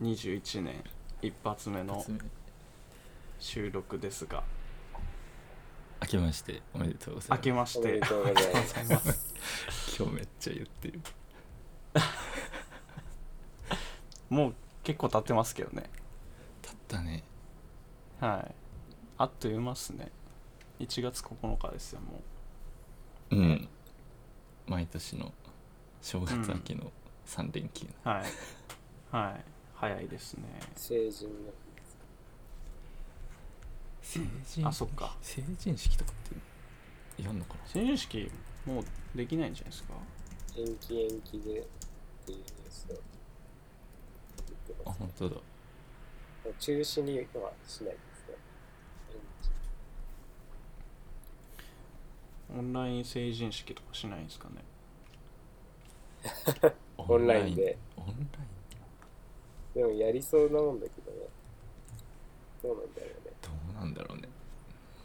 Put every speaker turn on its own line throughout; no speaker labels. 2021年一発目の
一つ目
収録ですが
明けましておめでとうござい
明
ます
けまし
おめで
て
とうございます。
今日めっちゃ言ってる
もう結構経ってますけどね
たったね
はいあっという間っすね1月9日ですよも
うん毎年の正月明けの3連休、
うはいはい早いですね
成人の
成人
あそっか
成人式とかってやんのかな
成人式もうできないんじゃないですか
延期延期でっていうニュースを言って
あ
ます。
本当だ
中止にはしないですね。延期
オンライン成人式とかしないんですかね
オンラインで。
オンライン
でもやりそうなもんだけどね。どうなんだろうね。
どうなんだろうね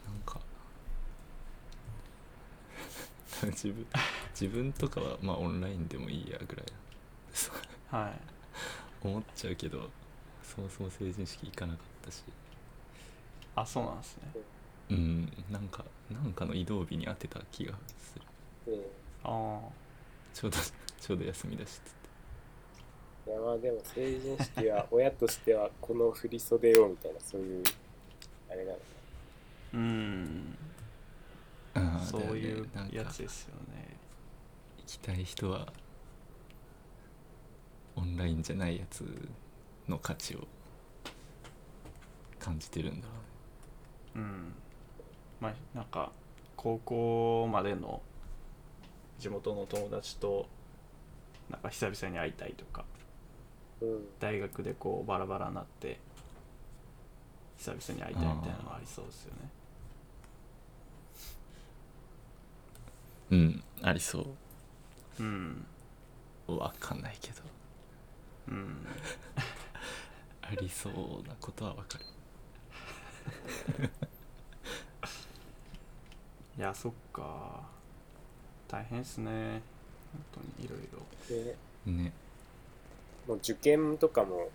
なんか 自分自分とかはまあオンラインでもいいやぐらいそう
はい
思っちゃうけどそもそも成人式行かなかったし
あそうなんですね
うんなんかなんかの移動日に当てた気がする
う
ああ
ちょうど ちょうど休みだしっつっ
ん。いやまあでも成人式は親としてはこの振り袖をみたいなそういうあれなのか
うん
てああ
そういう
だよね
や
なんか
つですよね
行きたい人はオンラインじゃないやつの価値を感じてるんだろ
うんまあなんか高校までの地元の友達となんか久々に会いたいとか
な。うん。
大学でこうバラバラになって久々に会いたいみたいなのはありそうですよね
うねうんありそ
うん
うわかんないけど
うん
ありそうなことはわかる
いやそっか大変っすね本当にいろいろ
で、
ね
もう受験とかも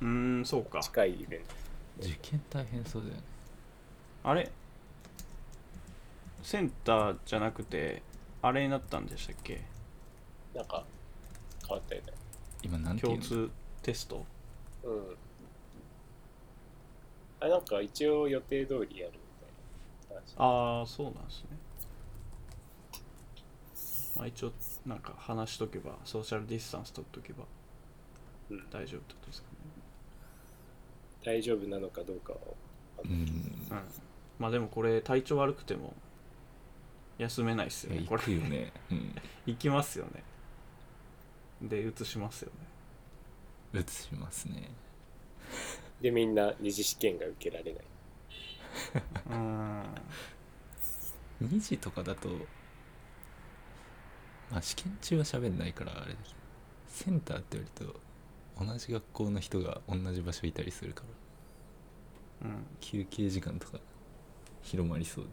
うーんそうか
近いイベント。
受験大変そうだよね
あれセンターじゃなくてあれになったんでしたっけ
なんか変わったよね。
今なんていう
共
の
通テスト
うん。あ、なんか一応予定通りやるみたいな話。
ああそうなんですねまあ一応なんか話しとけばソーシャルディスタンス取っとけば
うん
大丈夫ってことですか
大丈夫なのかどうかを。
うん
ね、うん、まあでもこれ体調悪くても休めないっすよ
い
ね
や
こ
行
れ
くよね、うん、
行きますよねで移しますよね
移しますね
で、みんな二次試験が受けられない。
うーん
2時とかだとまあ試験中は喋んないからあれだけどセンターって言われると同じ学校の人が同じ場所いたりするから
うん
休憩時間とか広まりそう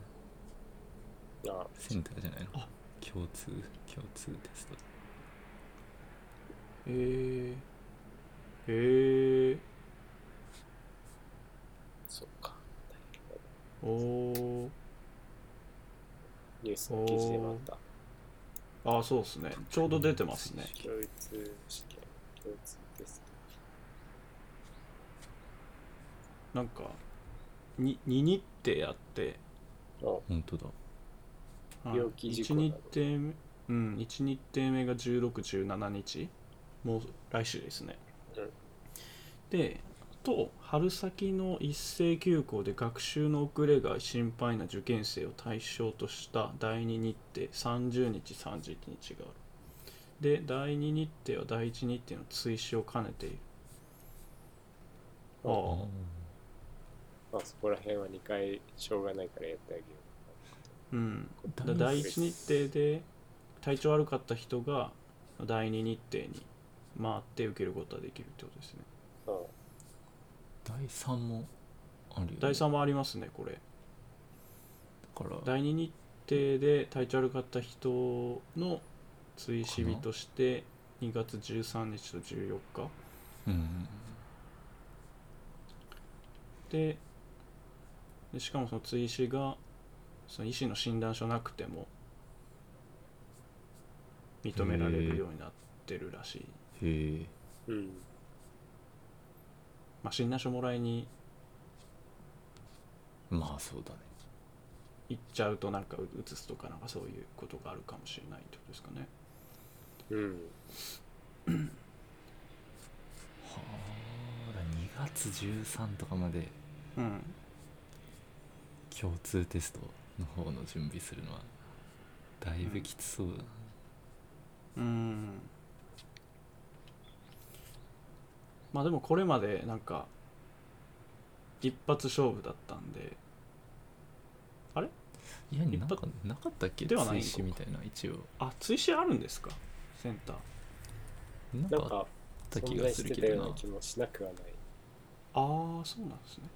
で
あ
センターじゃないの
あ
共通共通テスト
へえへえ
そっか。
おお
ニュースの記事でもあった。
ああそうっすねちょうど出てますね
共通試験、共通テス
なんかに2日程やって、
ト。あ
本当だ
はい
病気事故
1
など
日程目うん1日程目が1617日もう来週ですね、
うん
でと春先の一斉休校で学習の遅れが心配な受験生を対象とした第2日程30日31日があるで第2日程は第1日程の追試を兼ねているあ
あ
あ
まあそこら辺は2回しょうがないからやってあげよ
うん、だ
第
第1日程で体調悪かった人が第2日程に回って受けることができるってことですね
う。あ
第3もあるよ、ね、
第
だ
3もありますねこれ
から
第2日程で体調悪かった人の追試日として2月13日と14日
うん
ででしかもその追試がその医師の診断書なくても認められるようになってるらしい、
へえ
うん。
まあ、診断書もらいに
まあそうだね
行っちゃうとなんかうつすとかなんかそういうことがあるかもしれないってことですかね
うん。
はあ2月13とかまで
うん
共通テストの方の準備するのはだいぶきつそうだな、
うんまあでもこれまでなんか一発勝負だったんで
い
一
やなん
発
かなかったっけ
ではない
追試みたいな一応
あ追試あるんですかセンター
なん
な
か
ん
あっ
か、
た気
存
が
在
す
し
るけ
てた
ど
よ
な
うな気もしなくはない。
ああそうなんですね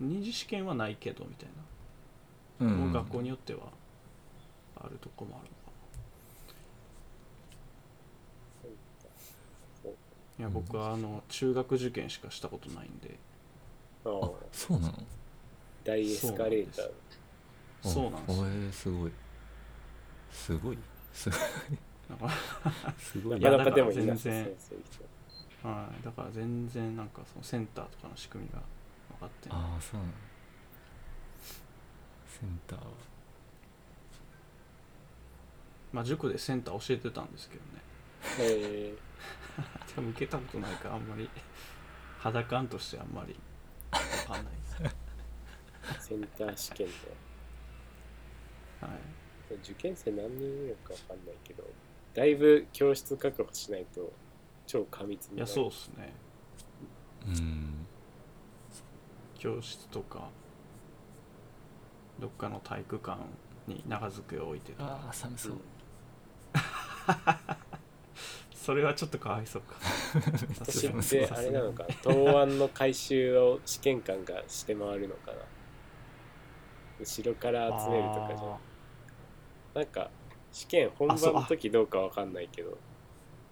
二次試験はないけどみたい
うん
な、
うん
もう学校によってはあるとこもあるのか
そう
ないや僕はあの中学受験しかしたことないんで
かあ
あ
あ、
そうなの
大エスカレーター。
あ
そうなんですよ
へえすごいすごいすごい
なんか
すご
ないかなかでも
い
い
や
な
だから全
さそう
然
そういう人。
はいだから全然なんかそのセンターとかの仕組みが分かってない
ああそうなのセンターは
まあ塾でセンター教えてたんですけどね
え
多分受けたことないからあんまり 肌感としてあんまり分かんないです、
ー、センター試験で。
はい、
受験生何人いるのかわかんないけど、だいぶ教室確保しないと超過密に
い
な
や
る。。
そうっすね
うん
教室とかどっかの体育館に長机を置いてた
ああ寒そううん
それはちょっとかわいそうかさす
私
が
っ
に
てあれなのか、答案の回収を試験官がして回るのかな。後ろから集めるとかじゃん。なんか、試験本番の時どうかわかんないけど、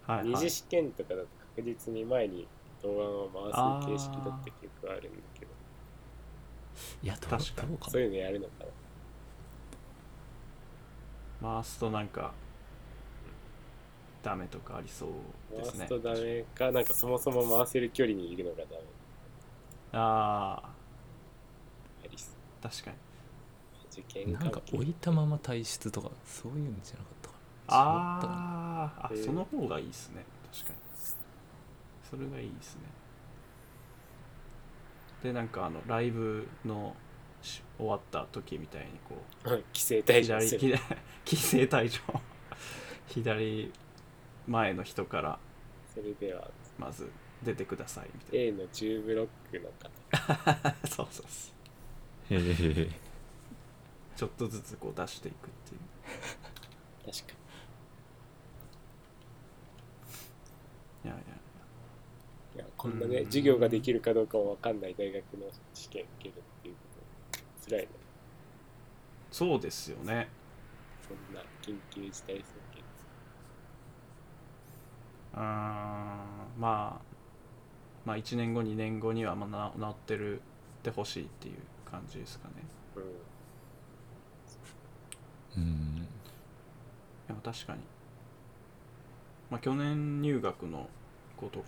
あーはい
二
はい
次試験とかだと確実に前に答案を回す形式だった記憶があるんだけど、
いやどう
確かに
どうか
そう
も
いうのやるのかな。
回すとなんかダメとかありそうで
回
す
す
ね
とダメか、なんかそもそも回せる距離にいるのがダメ。
あ
ありそう
あ確かに
受験
なんか
関係
置いたまま退出とかそういうんじゃなかったかな違ったかな
あーあ、
えー
その方がいいですね確かにそれがいいですねでなんかあのライブのし終わった時みたいにこう
うん規制対象
左
する。
左 規制退場 左前の人から
それでは、
まず出てくださいみたい
A の10ブロックの方。
な そうそうそう
へえ
ちょっとずつこう出していくっていう
確か
いやいや
に。いやこんなね、
うん
授業ができるかどうかもわかんない大学の試験受けるっていうこと、辛いね。
そうですよね
そんな緊急事態宣言。
うーんまあまあ1年後2年後にはまあな治ってるってほしいっていう感じですかね
うん。
うん
でも確かにまあ去年入学の子とか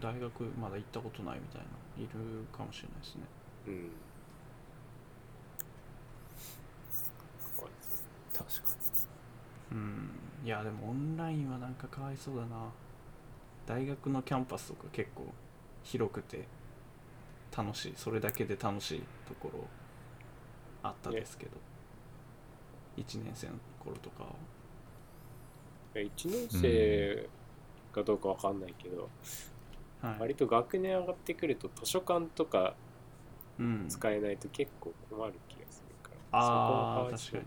大学まだ行ったことないみたいないるかもしれないですね
うん。怖いですね
確か
うんいやでもオンラインはなんかかわいそうだな大学のキャンパスとか結構広くて楽しいそれだけで楽しいところあったですけど、1年生の頃とかは
1年生かどうかわかんないけど、
はい、
割と学年上がってくると図書館とか
うん、
使えないと結構困る気がするから、
ああ
そこも
確かに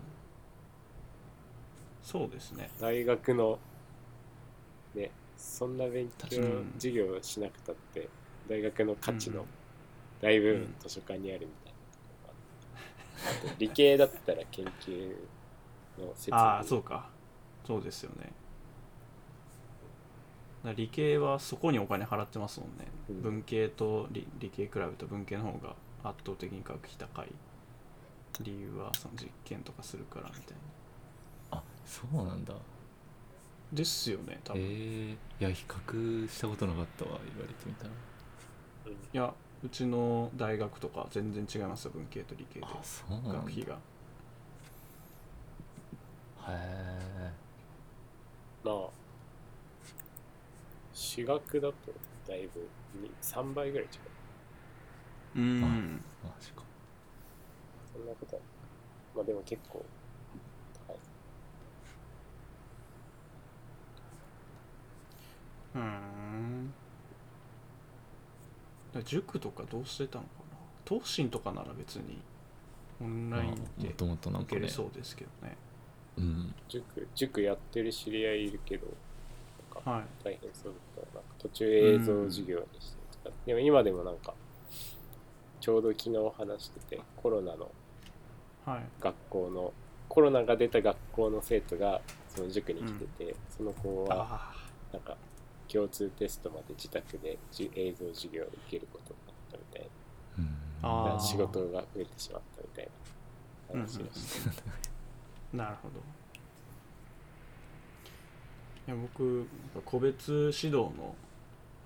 そうですね
大学のねそんな勉強
うん
授業しなくたって大学の価値
う
の
ん
大部
う
分
ん
図書館にあるみたいなところがあってあと理系だったら研究の設
ああ
備
そうかそうですよねら理系はそこにお金払ってますもんね、
うん
文系と理理系比べた文系の方が圧倒的に学費高い理由はその実験とかするからみたいな
あそうなんだ
ですよね多分、
えー、いや比較したことなかったわ言われてみたら
いやうちの大学とか全然違いますよ文系と理系で
あそうなんだ
学費が
へ
まあ私学だとだいぶ3倍ぐらい違
う
う
ん
んえマジか
そんなことはまあでも結構高い
ふーんだから塾とかどうしてたのかな東進とかなら別にオンライン
まあも
で
ともとなん
受
か
け
ね
れそうですけどね
うん
塾塾やってる知り合いいるけど
はい
大変そうだったなんか途中映像授業にしてとか、でも今でもなんかちょうど昨日話しててコロナの
はい
学校のコロナが出た学校の生徒がその塾に来てて、その子は
あ
なんか共通テストまで自宅でじ映像授業を受けることになったみたい
うん
あー
な仕事が増えてしまったみたいな話をして、
あなるほどいや僕個別指導の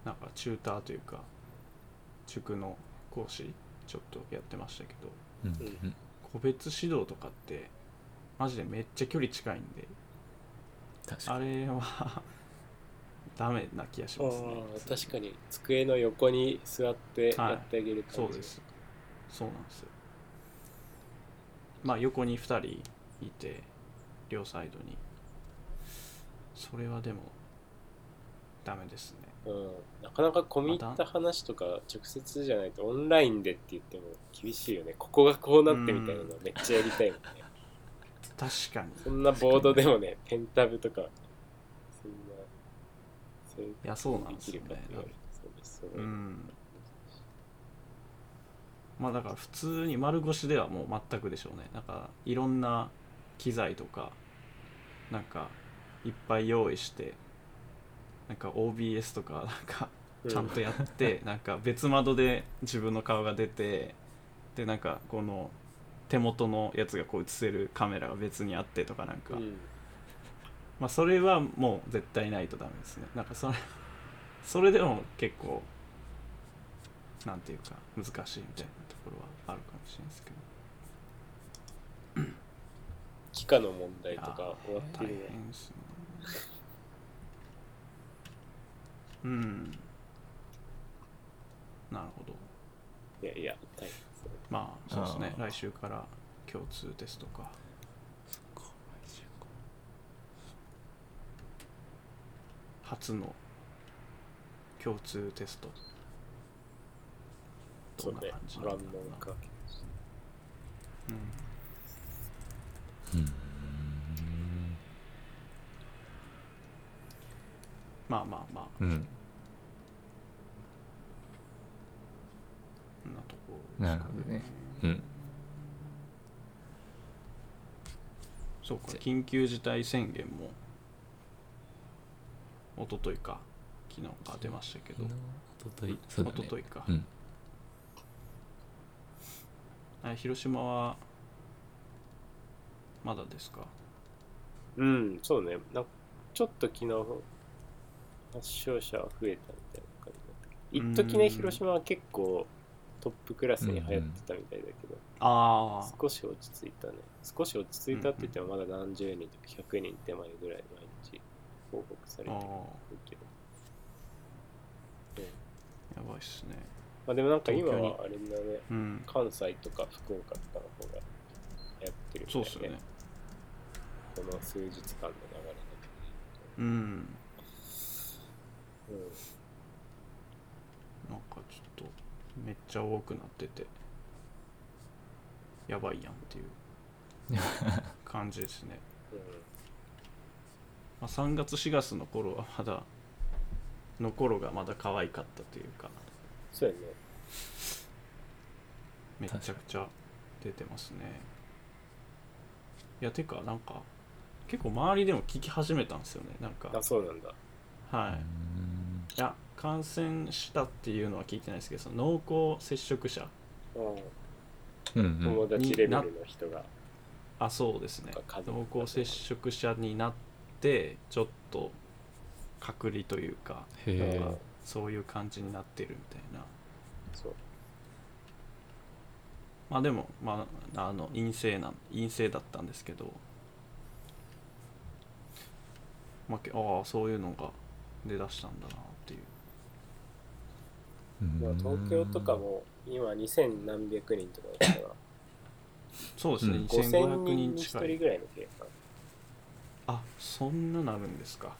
なんかチューターというか塾の講師ちょっとやってましたけど
うん
うん
うん
個別指導とかってマジでめっちゃ距離近いんで
確か
あ
に
れはダメな気がし
あ
ますね
あ確かに机の横に座ってやってあげる感じ、
そうですそうなんですよまあ横に2人いて両サイドにそれはでもダメですね
うん、なかなか込み入った話とか直接じゃないとオンラインでって言っても厳しいよねここがこうなってみたいなのめっちゃやりたいもんね
確かに
そんなボードでもねペンタブとかそんなそういう
いやそうなん
で
です
き
よ
るかっ
ね
て言われるそうですそう
う
です
んまあだから普通に丸腰ではもう全くでしょうねなんかいろんな機材とかなんかいっぱい用意してなんか OBS とかなんか
う
ちゃんとやって、なんか別窓で自分の顔が出てでなんかこの手元のやつがこう映せるカメラが別にあってとかなんか、
うん
まあそれはもう絶対ないとダメですねなんかそれ それでも結構なんていうか難しいみたいなところはあるかもしれないですけど
幾何の問題とか終わって
大
る
変
よ
ですねうんなるほど
いやいや大変そう
まあそうですね
あー
来週から共通テストか初の共通テスト
そ
ど
う
な
んね
感じ
反
ん
応
だろうな
か
うん
うん
まあまあまあ
うん
こんなとこ
なるほどねうん
そうか緊急事態宣言も一昨日か昨日か出ましたけど
昨日一昨日そうだね
一昨日か、
うん
あ広島はまだですか
うんそうねなんかちょっと昨日発症者は増えたみたいな感じだったけど一時
う
ね
ん
広島は結構トップクラスに流行ってたみたいだけど、
ああ
少し落ち着いたね少し落ち着いたって言ってもまだ何十人とか100人手前ぐらい毎日報告されて
ああ
るけど、うん
やばいっすね
まあ、でもなんか今
東
はあれだね
うん
関西とか福岡とかの方がやってるみた
そ
いう
っすよね
この数日間の流れだ
うん
けど、うん、
なんかちょっとめっちゃ多くなっててやばいやんっていう 感じですね、
う
まあ、3月4月の頃はまだの頃がまだ可愛かったというか
ん、そうやね。
めちゃくちゃ出てますねいやてかなんか結構周りでも聞き始めたんですよねなんか
あ、そうなんだ。
はいいや感染したっていうのは聞いてないですけどその濃厚接触者
うん
うん
友達レベルの人が
あそうですね
とか家族
濃厚接触者になってちょっと隔離というか
へえ
うん
そういう感じになってるみたいな
そう
まあでも、まあ、あの陰性なん陰性だったんですけど、まあけ、ああそういうのが出だしたんだなっていう
まあ東京とかも今2000何百人とかだから
そうですね、
うん
2500
5000人
人
に
近
1人
い
ぐらいの計算
あそんななるんですか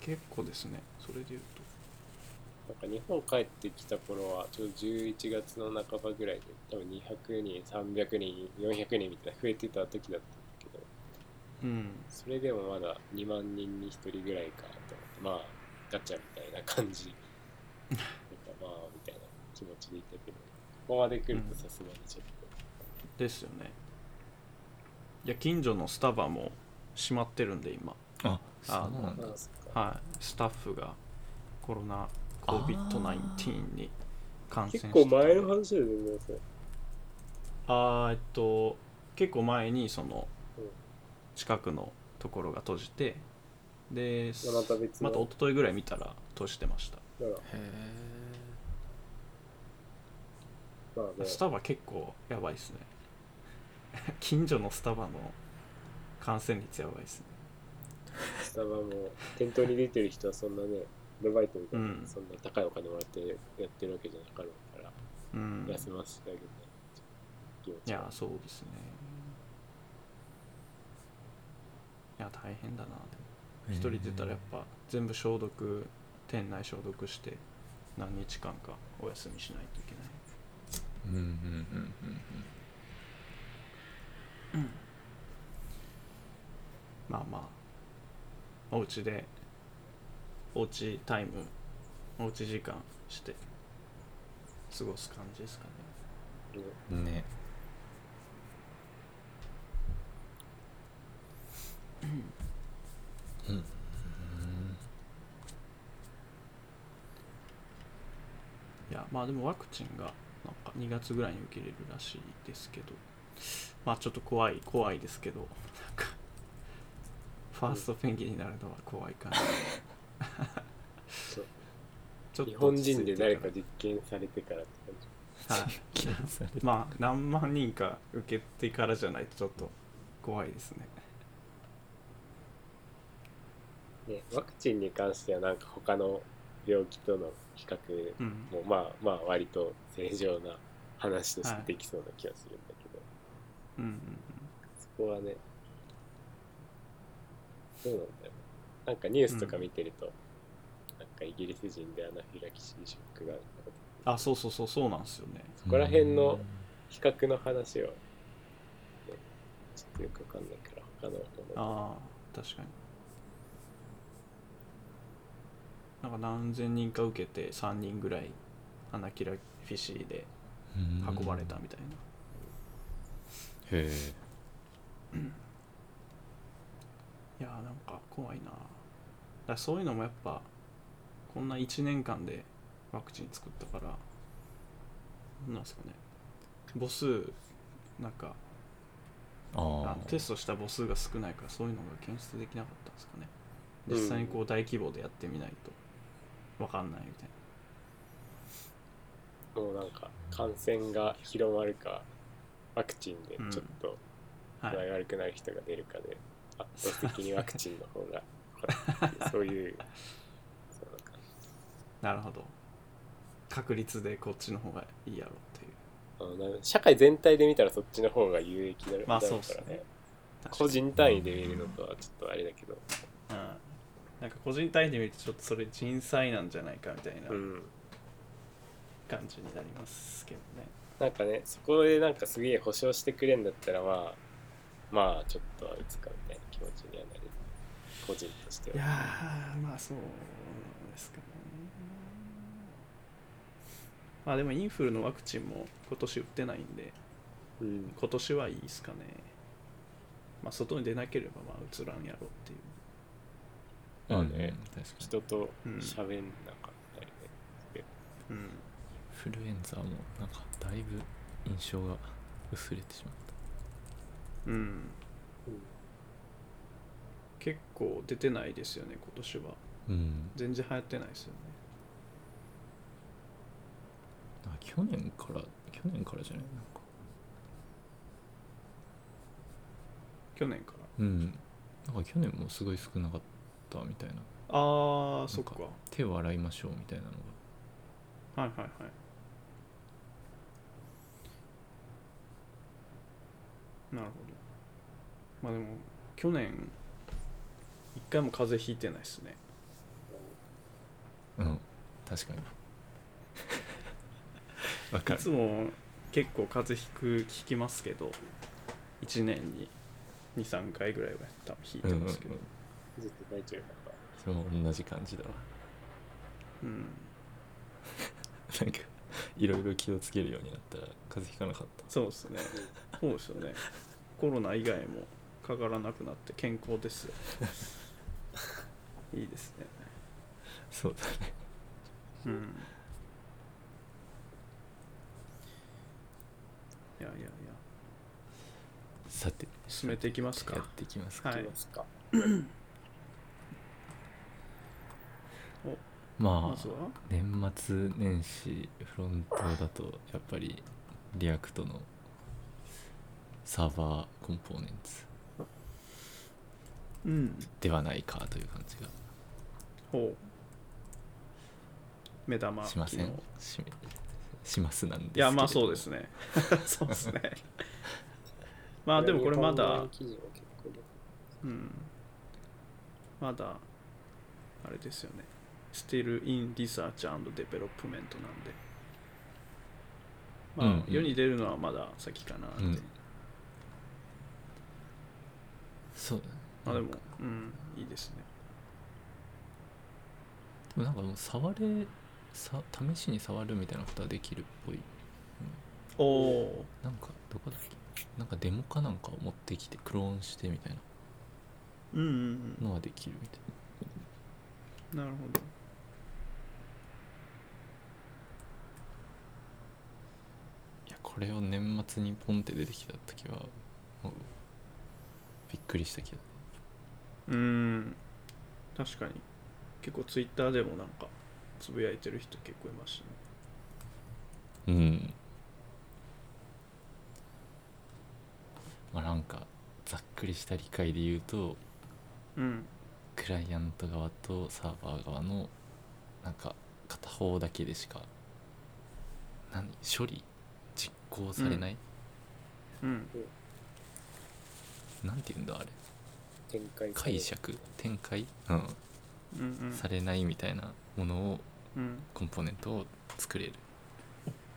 結構ですねそれで言うと
なんか日本帰ってきた頃はちょうど11月の半ばぐらいで多分200人300人400人みたいな増えてた時だったんだけど
うん
それでもまだ2万人に1人ぐらいかと思ってまあガチャみたいな感じなんかまあみたいな気持ちでいたけどここまで来るとさすがにちょっと、
ですよねいや近所のスタバも閉まってるんで今
あそうなんだ
まあそっか
はいスタッフがコロナ COVID-19 に感染
結
して
構前の話だよねそれ
あーえっと結構前にその
うん
近くのところが閉じてで
また別の
また一昨日ぐらい見たら閉じてました
だから
へ
まあね
スタバ結構やばいですね 近所のスタバの感染率やばいですね
スタバも店頭に出てる人はそんなねアルバイトみたいな、
うん
そんな高いお金もらってやってるわけじゃなかろうから、
うん
休ませてあげて気持
い
ち
やそうですねいや大変だなでも
え
一人出たらやっぱ全部消毒店内消毒して何日間かお休みしないといけない
うんうんうんうん
まあまあお家でおうちタイムおうち時間して過ごす感じですかね
うんねうん
いやまあでもワクチンがなんか2月ぐらいに受けれるらしいですけどまあちょっと怖い怖いですけどなんかファーストペンギンになるのは怖い感じ
そう
ちょっと
日本人で誰か
落ち着いて
実験されてからって感じ
からはい
気にされて
まあ何万人か受けてからじゃないとちょっと怖いですね
ね、ワクチンに関してはなんか他の病気との比較
うん
もまあまあ割と正常な話としてできそうな気がするんだけど、
うんうん
そこはねどうなんだろうなんかニュースとか見てると、なんかイギリス人でアナフィラキシーショックがあるとか
うんあそうそうそうそうなんですよね
そこら辺の比較の話を、ね、ちょっとよくわかんないから他のもの
ああ確かになんか何千人か受けて3人ぐらいアナキラフィシーで運ばれたみたいな、
へえ
いやーなんか怖いなだからそういうのもやっぱこんな1年間でワクチン作ったからなんなんですかね母数なんかあ
あ
の
あ
テストした母数が少ないからそういうのが検出できなかったんですかね実際にこう大規模でやってみないとわかんないみたいな
もうなんか感染が広まるかワクチンでちょっと、
は
具合
い、
悪くなる人が出るかで圧倒的にワクチンの方 がそういうそうなんか
なるほど確率でこっちの方がいいやろっていう
あのな社会全体で見たらそっちの方が有益だろ
まあ
だろ
そうっすね
から
確か
個
に、
人単位で見るのとはちょっとあれだけど、
うん、なんか個人単位で見るとちょっとそれ人災なんじゃないかみたいな
うん、
感じになりますけどね、
なんかねそこでなんかすげえ保証してくれんだったらまあまあちょっとはいつかみたいな気持ちにはなる個人として
いや
は
ーまあそうですかねまあでもインフルのワクチンも今年打ってないんで
うん
今年はいいですかねまあ外に出なければまあうつらんやろっていう
まあね
うん確かに
人と
うん
喋んなかったりね、
うん
フルエンザもなんかだいぶ印象が薄れてしまっ
うん、
うん
結構出てないですよね今年は
たうん
全然流行ってないですよね
あ去年から去年からじゃないなんか
去年か
うんなんか去年もすごい少なかったみたいな
らああそっか
なん手を洗いましょうみたいなのが
はいはいはいなるほどまあでも去年一回も風邪ひいてないですね
うん確かにわか
い
る
つも結構風邪ひく聞きますけど1年に23回ぐらいは多分ひいてますけど、
ずっと大丈夫だか
それも同じ感じだわ
うん
なんかいろいろ気をつけるようになったら風邪ひかなかった
そうですねそうですよねコロナ以外もかからなくなって健康です よいいですね
そうだね
うんいやいやいや
さて
進めていきます
や
か
っていきますか、
は
ら。
い
いきますか。
ま
ま
あ
ずは
年末年始フロントだとやっぱりリアクトのサーバーコンポーネンツ
うん
ではないかという感じ
ほう目玉
がしませ
機
ん
能
ししますなんです
いやまあ
けれ
そ
ど
うです ねそうですねまあでもこれまだ
日本の記事は結構ね
うんまだあれですよね Still in Research and Development なんでまあ、
うんうん
世に出るのはまだ先かなって、
うんそう
まあでも
で
うんいいですね
もなんかもう触れさ試しに触るみたいなことはできるっぽい
おお
なんかどこだっけなんかデモかなんかを持ってきてクローンしてみたい
うんうんうん
なのはできるみたい
なるほど
ないやこれを年末にポンって出てきた時はもうびっくりしたけど
うん確かに結構 Twitter でもなんかつぶやいてる人結構いましたね
うんまあなんかざっくりした理解で言うと
うん
クライアント側とサーバー側のなんか片方だけでしか何処理実行されない、
うん
なんて言うんだあれ
展開される
解釈展開、うん
うんうん
されないみたいなものを
うん
コンポーネントを作れる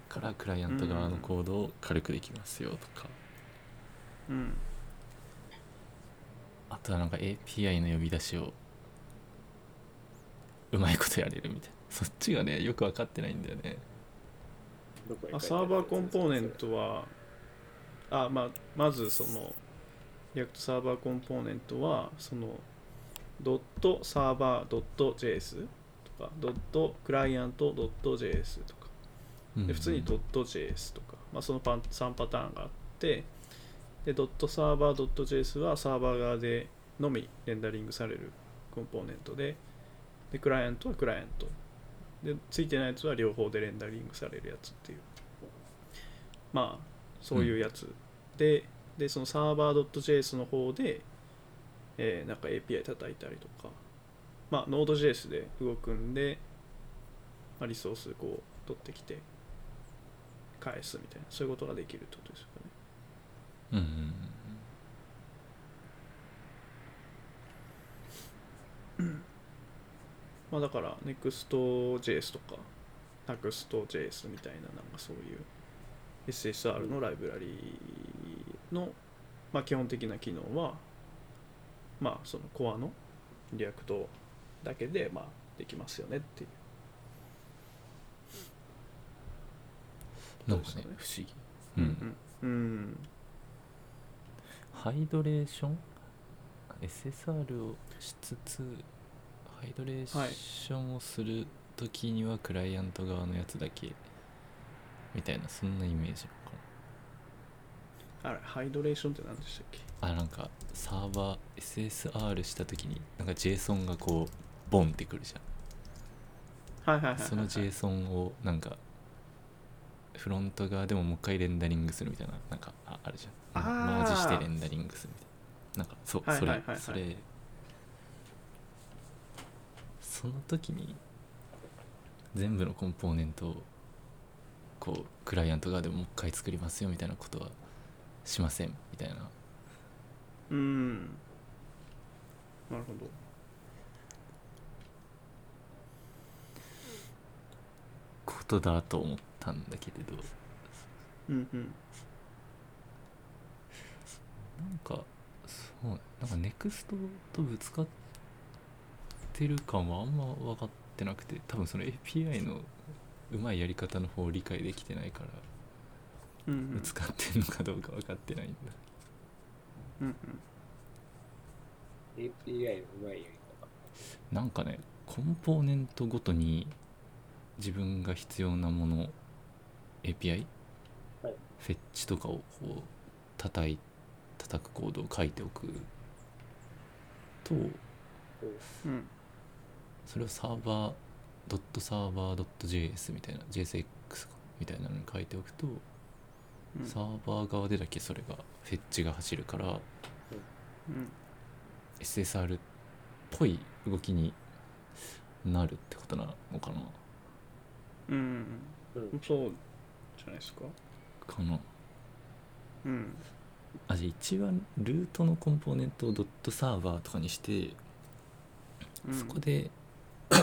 からクライアント側のコードを軽くできますよとか、
うん
あとはなんか API の呼び出しをうまいことやれるみたいなそっちがねよく分かってないんだよね
どこに書いてる
あサーバーコンポーネントはあ、まあ、まずそのリアクトサーバーコンポーネントはそのドットサーバー .js とかドットクライアント .js とかで普通に
と
.js とか、まあ、そのパン3パターンがあってでドットサーバー .js はサーバー側でのみレンダリングされるコンポーネントででクライアントはクライアントでついてないやつは両方でレンダリングされるやつっていうまあそういうやつ、ででそのサーバー .js の方で、えーなんか API 叩いたりとかまあノード JS で動くんで、まあ、リソースこう取ってきて返すみたいなそういうことができるってことですよね
うんうんうん
まあだから NEXTJS とか NEXTJS みたいななんかそういう SSR のライブラリーの、まあ、基本的な機能はまあそのコアのリアクトだけでまあできますよねっていうど
なん
う
か
です
ね
かね
不思議、うん
うんうん
ハイドレーション SSR をしつつハイドレーションをする時にはクライアント側のやつだけみたいなそんなイメージか
あれハイドレーションって何でしたっけ
なあなんかサーバー SSR した時になんか JSON がこうボンってくるじゃん
はいはいはいはいはい
その JSON をなんかフロント側でももう一回レンダリングするみたいななんかああるじゃん
あー
マージしてレンダリングするみたいななんかそう
はい
そ
はいは
れ
いはい
それその時に全部のコンポーネントをこうクライアント側でももう一回作りますよみたいなことはしませんみたいな
うんなるほど
ことだと思ったんだけれど
うんうん
なんかそうねなんかネクストとぶつかってる感はあんま分かってなくて多分その API のうまいやり方の方を理解できてないから
うんう
ぶ
ん
つかってるのかどうか分かってないんだ、
うん
API のうまいやり方
なんかねコンポーネントごとに自分が必要なもの API、
はい
フェッチとかをこう叩い叩くコードを書いておくと
うんうん
それをサーバードットサーバー .js みたいな JSX かみたいなのに書いておくと、
うん
サーバー側でだけそれがフェッチが走るから
うん
SSR っぽい動きになるってことなのかな
うん
うん
うんそうじゃないですか
かな
うん
あじゃあ一番ルートのコンポーネントをドットサーバーとかにして、
うん
そこで フ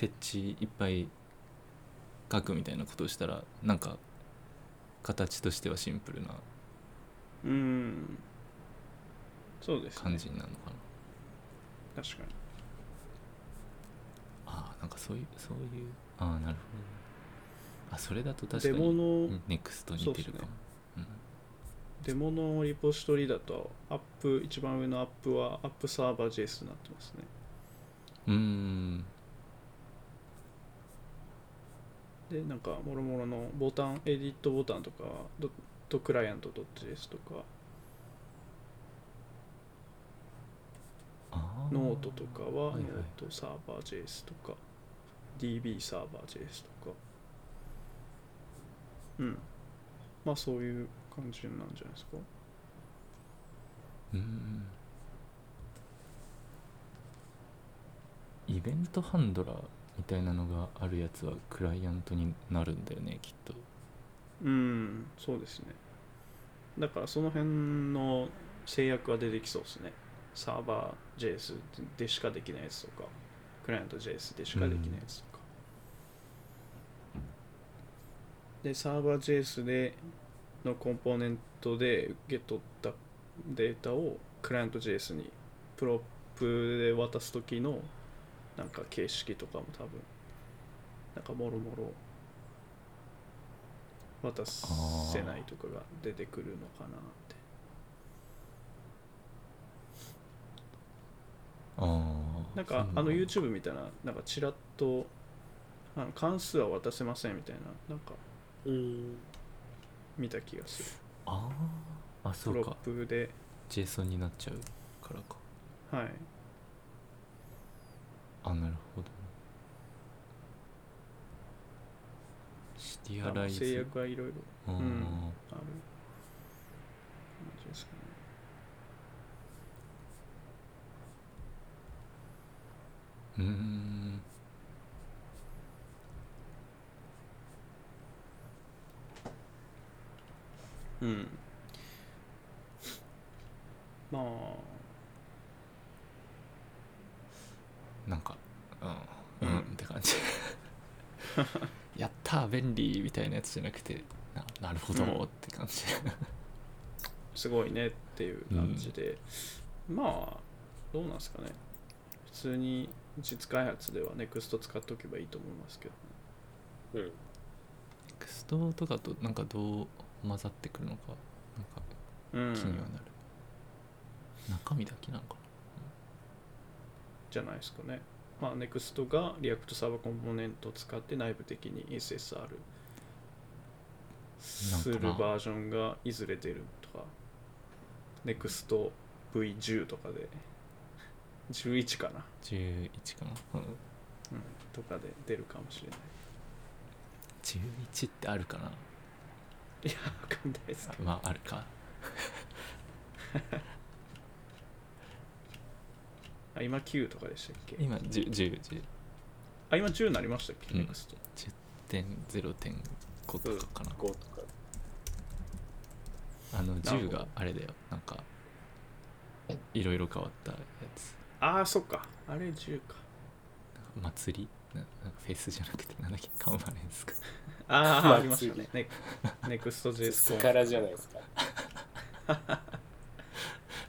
ェッチいっぱい書くみたいなことをしたらなんか形としてはシンプルな
うんそうですね
感じになるのかな
確かに
ああなんかそういうそういうああなるほどあそれだと
デ
確か
モ
に
の
ネクスト似てるかも
デモのリポジトリだとアップ一番上のアップはアップサーバー JS になってますね
うんうーん
でなんかもろもろのボタンエディットボタンとかドットクライアントドット JS とか
あー
ノートとかはノ
は
ー
いはい
トサーバー JS とか DB サーバー JS とかうんまあそういう感じなんじゃないですか
うーんイベントハンドラーみたいなのがあるやつはクライアントになるんだよねきっと
うんそうですねだからその辺の制約は出てきそうですねサーバー JS でしかできないやつとかクライアント JS でしかできないやつとか、でサーバー JS でのコンポーネントで受け取ったデータをクライアント JS にプロップで渡す時のなんか形式とかも多分なんかもろもろ渡せないとかが出てくるのかなって
ああ
なんかあの YouTube みたいななんかちらっとあの関数は渡せませんみたいななんか
うん
見た気がする
あーあそ
プロ
う
ッ
か
プで
JSON になっちゃうからか
はい
あなるほどシティアライ
制
ズ
約はいろいろ
あー
うんある感じですかね
うーん
うんまあ
なんかうん
う
うんんって感じやったー便利みたいなやつじゃなくてななるほど
うん
ーって感じ、
すごいねっていう感じで、まあどうなんですかね普通に実開発では NEXT 使っておけばいいと思いますけどね
うん
クストとかとなんかどう混ざってくるのかなんか
うん
気にはなる、中身だけなのか
じゃないですかねまあ、NEXT が React サーバーコンポーネントを使って内部的に SSR するバージョンがいずれ出るとか NEXTV10 とかで11かな、
11かな、うん、
うん、とかで出るかもしれない
11ってあるかない
やわかんないですけど
まああるか
あ今9とかでしたっけ
今10 10 10
あ今10になりましたっけ、
うん
NEXT
点0点5とかかな
5とか
あ
な
の
る
10
ほど
があれだよなんかいろいろ変わったやつ
ああそっかあれ10か
祭りななんかフェスじゃなくてなんだっけカンファレンスか
あ
ま
あ
あ
あり ましたねね NEXTJS
ス
コ
カ
ン
ラじゃないですか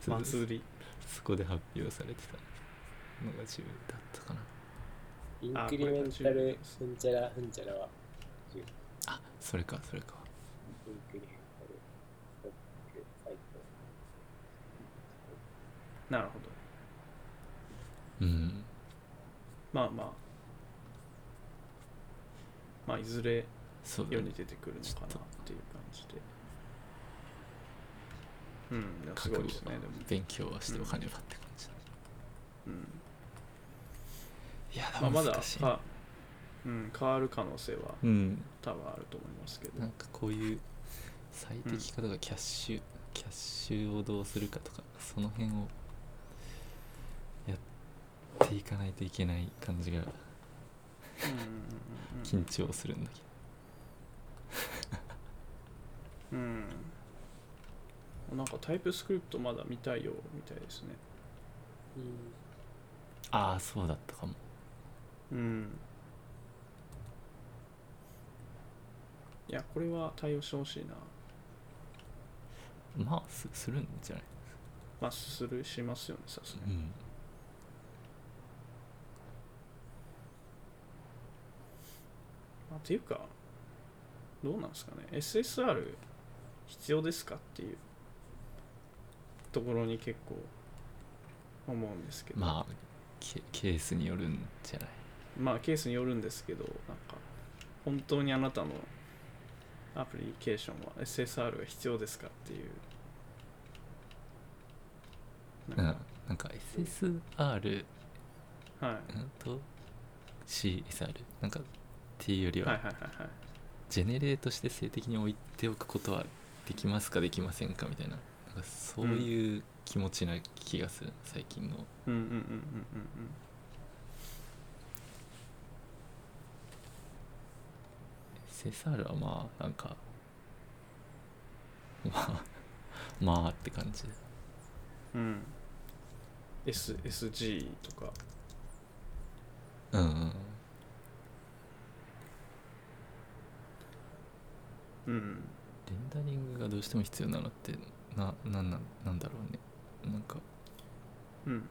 そ
祭り
そこで発表されてたのが10だったかな
インクリメンタルふんちゃらふんちゃらは
あそれかそれか
インクリメンタルロックサイト
なるほど
うん
まあまあまあいずれ
そうだ
世
ね
に出てくるのかなっていう感じでうんいやす
覚
ごい
悟
ですねでも、
勉強はしておかねばって感じだ、
うん
いや
まあ、まだ
難しい、
か、うん、変わる可能性は
うん
多分あると思いますけど
なんかこういう最適化とかキャッシュ、キャッシュをどうするかとかその辺をやっていかないといけない感じが
うんうんうん
緊張するんだけど、
うん、うん、なんかタイプスクリプトまだ見たいよみたいですね
うん
ああそうだったかも
うんいやこれは対応してほしいな
まあすするんじゃない、
まあするしますよねさすがに
うん、
まあ、っていうか、どうなんですかね、SSR 必要ですかっていうところに結構思うんですけど、
まあケケースによるんじゃない
まあケースによるんですけど、なんか、本当にあなたのアプリケーションは SSR が必要ですかっていう。
うん
なんか、
なんか SSR
はい、
うんと CSR なんかっていうより
はいはい
は
はいはい。
ジェネレートして性的に置いておくことはできますかできませんかみたいななんかそういう気持ちな気がする、最近の
うんうんうんうんうんうん。
SSR はまあなんか まあまあって感じ
うん、SSG とか、
うんうん
うん、
レンダリングがどうしても必要なのってななんなんなんだろうねなんか
うん、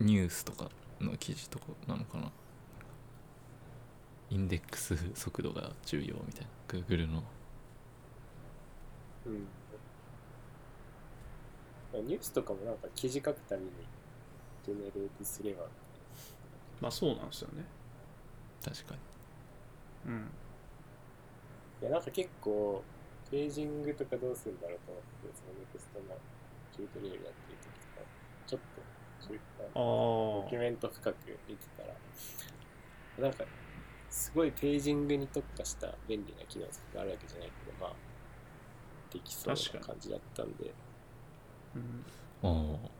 ニュースとかの記事とかなのかなインデックス速度が重要みたいな Google の
うんニュースとかもなんか記事書くためにジェネレートすれば
まあそうなんですよね。
確かに
うん
いやなんか結構ページングとかどうするんだろうと思ってそのネクストのチュートリアルやってる時とかちょっとそういった
あ
ドキ
ー
ュメント深く見てたらなんかすごいページングに特化した便利な機能とかがあるわけじゃないけどまあできそう
確か
な
に
感じだったんで
うん
おお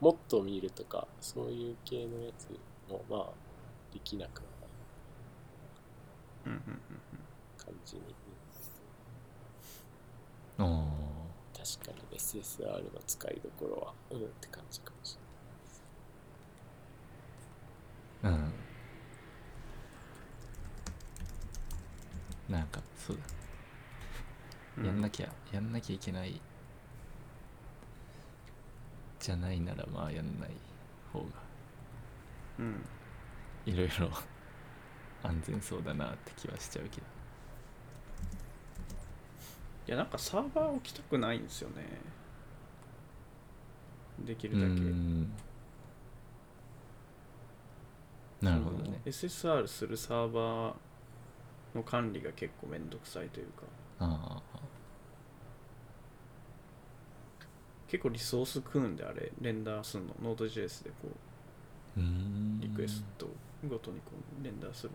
もっと見るとかそういう系のやつもまあできなくはない
うんうんうん
感じに
おお
確かに SSR の使いどころはうんって感じかもしれない
うんなんかそうだ、
うん
やんなきゃやんなきゃいけないじゃないならまあやんない方が
うん
いろいろ安全そうだなって気はしちゃうけど
いやなんかサーバー置きたくないんですよねできるだけ
うんなるほどね
その SSR するサーバーの管理が結構めんどくさいというか
ああ
結構リソース組んであれレンダーするのノード JS でこう
うーん
リクエストごとにこうレンダーする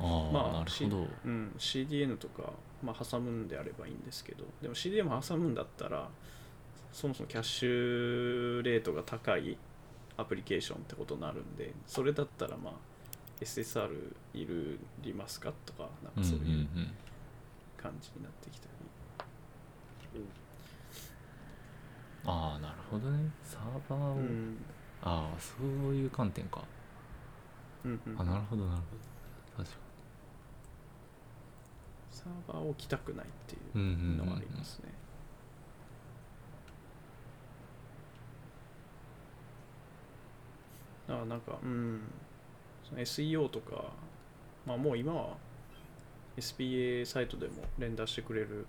ああ、
まあ
なるほど
の、うん、CDN とか、まあ、挟むんであればいいんですけどでも CDN も挟むんだったらそもそもキャッシュレートが高いアプリケーションってことになるんでそれだったらまあ SSR いるりますかとかなんかそう
うんう
いうん
うん
感じになってきたり、
ああなるほどねサーバーを、
うん
ああそういう観点か
うんうん
あなるほどなるほど確か
サーバーを置きたくないっていう
にうんうん
の
うんう
は
ん
ありますね。だからなんか、うん、その SEO とか、まあもう今は SPA サイトでも連打してくれる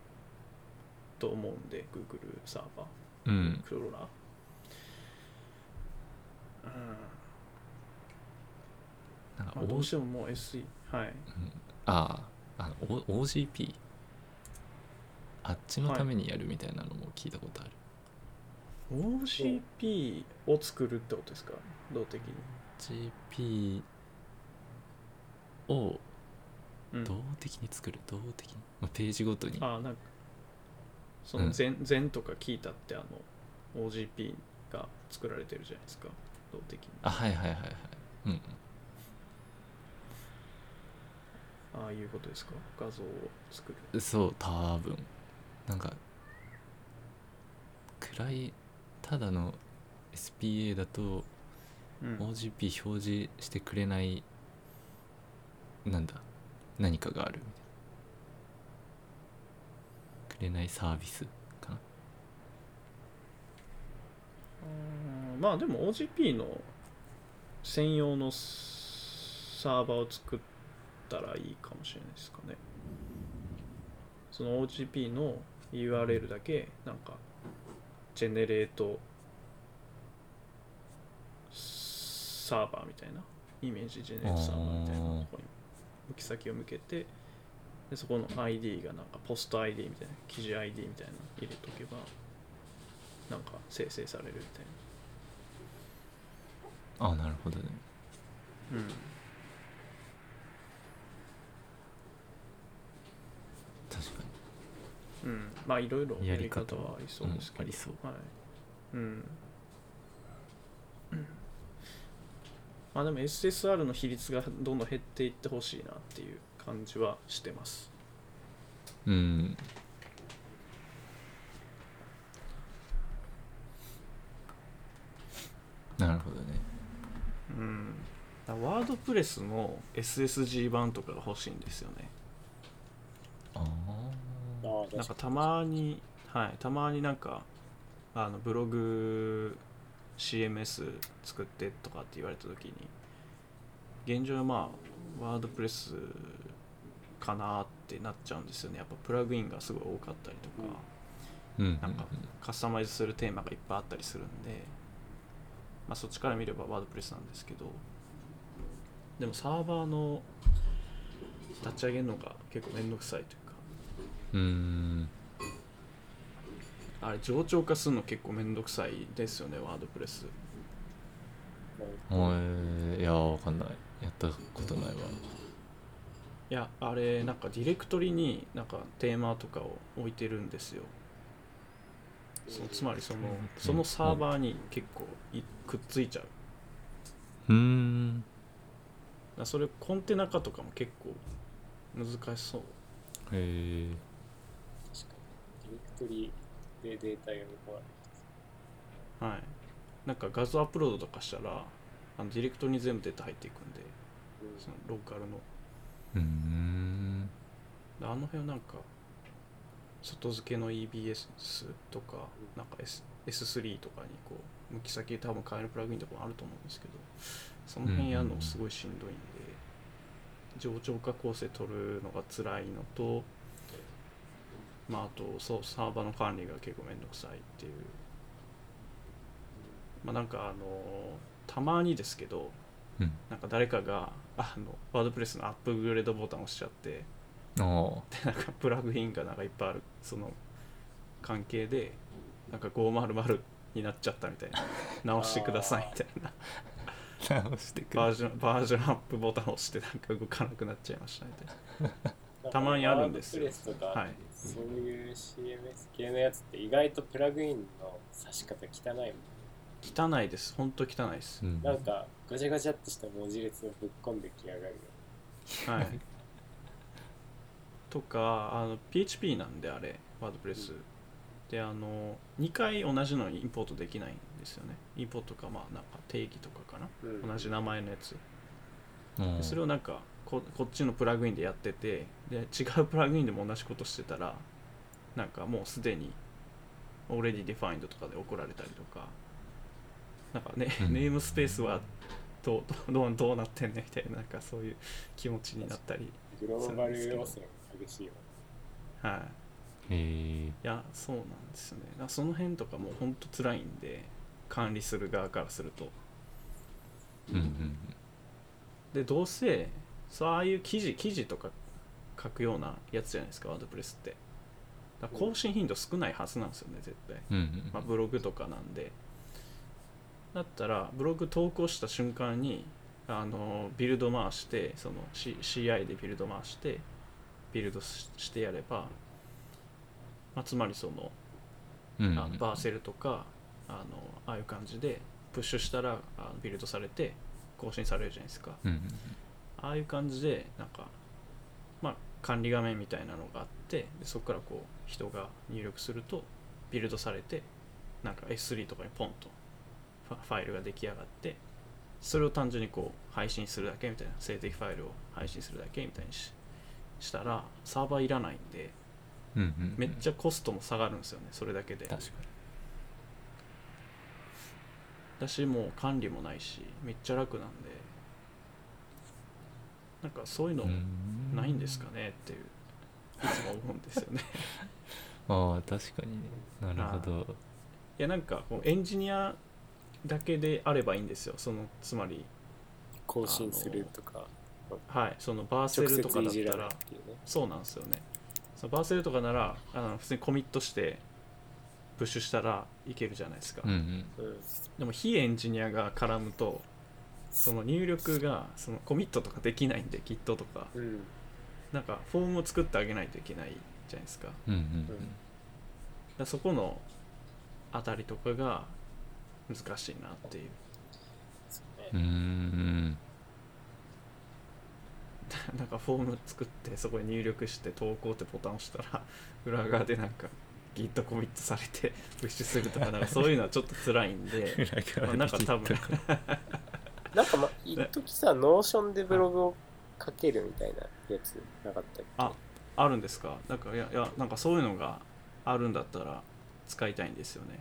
と思うんで、Google サーバー。
うん
クローラーうん
なんか
まあ、
O-
どうしてももう SE、はい。
あああの O- OGP あっちのためにやるみたいなのも聞いたことある、
OCP を作るってことですか、動的に。
GP を
うん
動的に作る動的に、まあ、ページごとに
あなんかそうの
ん
禅、禅とか聞いたってあの OGP が作られてるじゃないですか動的に
あはいはいはいはいうんうん
ああいうことですか画像を作る
そう多分なんか暗いただの SPA だと
うん
OGP 表示してくれないなんだ何かがあるみたいなくれないサービスかな
うんまあでも OGP の専用のサーバーを作ったらいいかもしれないですかねその OGP の URL だけなんかジェネレートサーバーみたいなイメージジェネレートサーバーみたいなとこに向き先を向けてでそこの ID がなんかポスト ID みたいな記事 ID みたいなの入れとけばなんか生成されるみたいな
あなるほどね
うん
確かに
うん、まあいろいろ
や
や
り
り
方
方
は
はありそうですけど、
うんありそう
はいうんまあでも SSR の比率がどんどん減っていってほしいなっていう感じはしてます
うんなるほどね
うんワードプレスの SSG 版とかが欲しいんですよね
あ
あ
あ
あ
なん
確か
か
に
たまに、はい、たまになんかあのブログ CMS 作ってとかって言われた時に現状はまあワードプレスかなってなっちゃうんですよねやっぱプラグインがすごい多かったりとか、
うんうんうん
なんかカスタマイズするテーマがいっぱいあったりするんで、まあ、そっちから見ればワードプレスなんですけどでもサーバーの立ち上げるのが結構面倒くさいというか
うーん
あれ冗長化するの結構めんどくさいですよねワードプレス
おいいやわかんないやったことないわ
いやあれなんかディレクトリになんかテーマとかを置いてるんですよそのつまりそのそのサーバーに結構いくっついちゃうだか
うーん
らそれコンテナ化とかも結構難しそう
へえ
確かにディレクトリでデータが残られ
はいなんか画像アップロードとかしたらあのディレクトリに全部データ入っていくんで
る
そのローカルの
うーん
あの辺はなんか外付けの EBS とかなんか S S3 とかにこう向き先多分変えるプラグインとかもあると思うんですけどその辺やるのすごいしんどいんで冗長化構成取るのが辛いのとまああとそうサーバーの管理が結構めんどくさいっていうまあ、なんかあのたまにですけど
うん
なんか誰かがあのワードプレスのアップグレードボタンを押しちゃって
あ
なんかプラグインがなんかいっぱいあるその関係でなんか500になっちゃったみ たいな直してくださいみたいな
あ直してく
バー
る
ジョンバージョンアップボタンを押してなんか動かなくなっちゃいましたみたいな
なんか
たまにあるんですよ
ワードプレスとか、
はい
そういう CMS 系のやつって意外とプラグインの差し方汚い
汚いです本当汚いです
う、ん
もん。なんかガチャガチャっとした文字列をぶっ込んできやがるよ。
はい、 とかあの PHP なんであれワードプレス、
うん
であの2回同じのインポートできないんですよねインポートかまあなんか定義とかかな
うん
同じ名前のやつ
うん
でそれをなんかここっちのプラグインでやっててで違うプラグインでも同じことしてたらなんかもうすでに already defined とかで怒られたりとかなんかね、
うん
ネームスペースはどうどうどうなってんねみたいななんかそういう気持ちになったり、
グローバル要素が激しいよ。
はい、
へえ
いやそうなんですよねだからその辺とかもうほんと辛いんで管理する側からすると
うんうん
でどうせそうああいう記事記事とか書くようなやつじゃないですかワードプレスってだから更新頻度少ないはずなんですよね絶対、
うんうん
まあ、ブログとかなんでだったらブログ投稿した瞬間にあのビルド回してその、C、CI でビルド回してビルドししてやれば、まあ、つまりその
うんうん
あのバーセルとかあのああいう感じでプッシュしたらあのビルドされて更新されるじゃないですか
うんうん
ああいう感じでなんかまあ管理画面みたいなのがあってでそこからこう人が入力するとビルドされてなんか S3 とかにポンとファファイルが出来上がってそれを単純にこう配信するだけみたいな静的ファイルを配信するだけみたいにししたらサーバーいらないんで
うんうんうん
めっちゃコストも下がるんですよねそれだけで
確か
だしもう管理もないしめっちゃ楽なんでなんかそういうの
にうん
ないんですかねっていういつも思うんですよ ね
ああ確かにねなるほど
いやなんかこうエンジニアだけであればいいんですよそのつまり
更新するとか、
はいそのバーセ
直
ルとかだ
接い
っ
じら
た
ない
ら
っていうね。
そうなんですよねそのバーセルとかならあの普通にコミットしてプッシュしたらいけるじゃないですか、
うんうん
うん
でも非エンジニアが絡むとその入力がそのコミットとかできないんで Git とか
うん
なんかフォームを作ってあげないといけないじゃないですかだか
うん
らそこのあたりとかが難しいなっていう
そう
うんうんう
ね
ん
なんかフォーム作ってそこに入力して投稿ってボタンを押したら 裏側でなんか Git コミットされて プッシュするとかなんかそういうのはちょっと辛いん でまあなんか多分
なんか、ま、一時さ、ノーションでブログを書けるみたいなやつなかったっけ
あ あるんですかなんかいやいやなんかそういうのがあるんだったら使いたいんですよね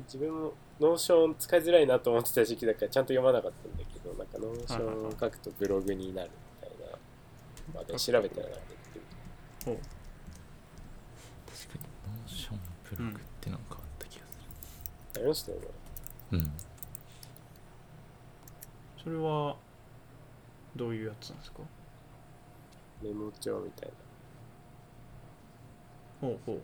自分もノーション使いづらいなと思ってた時期だからちゃんと読まなかったんだけどなんかノーションを書くとブログになるみたいなまで調べたらなんだけ
ほ
ど
う
確かにノーションブログってなんかあった気がす
ありましたよね
るうん
それはどういうやつなんですか
メモ帳みたいな
ほうほう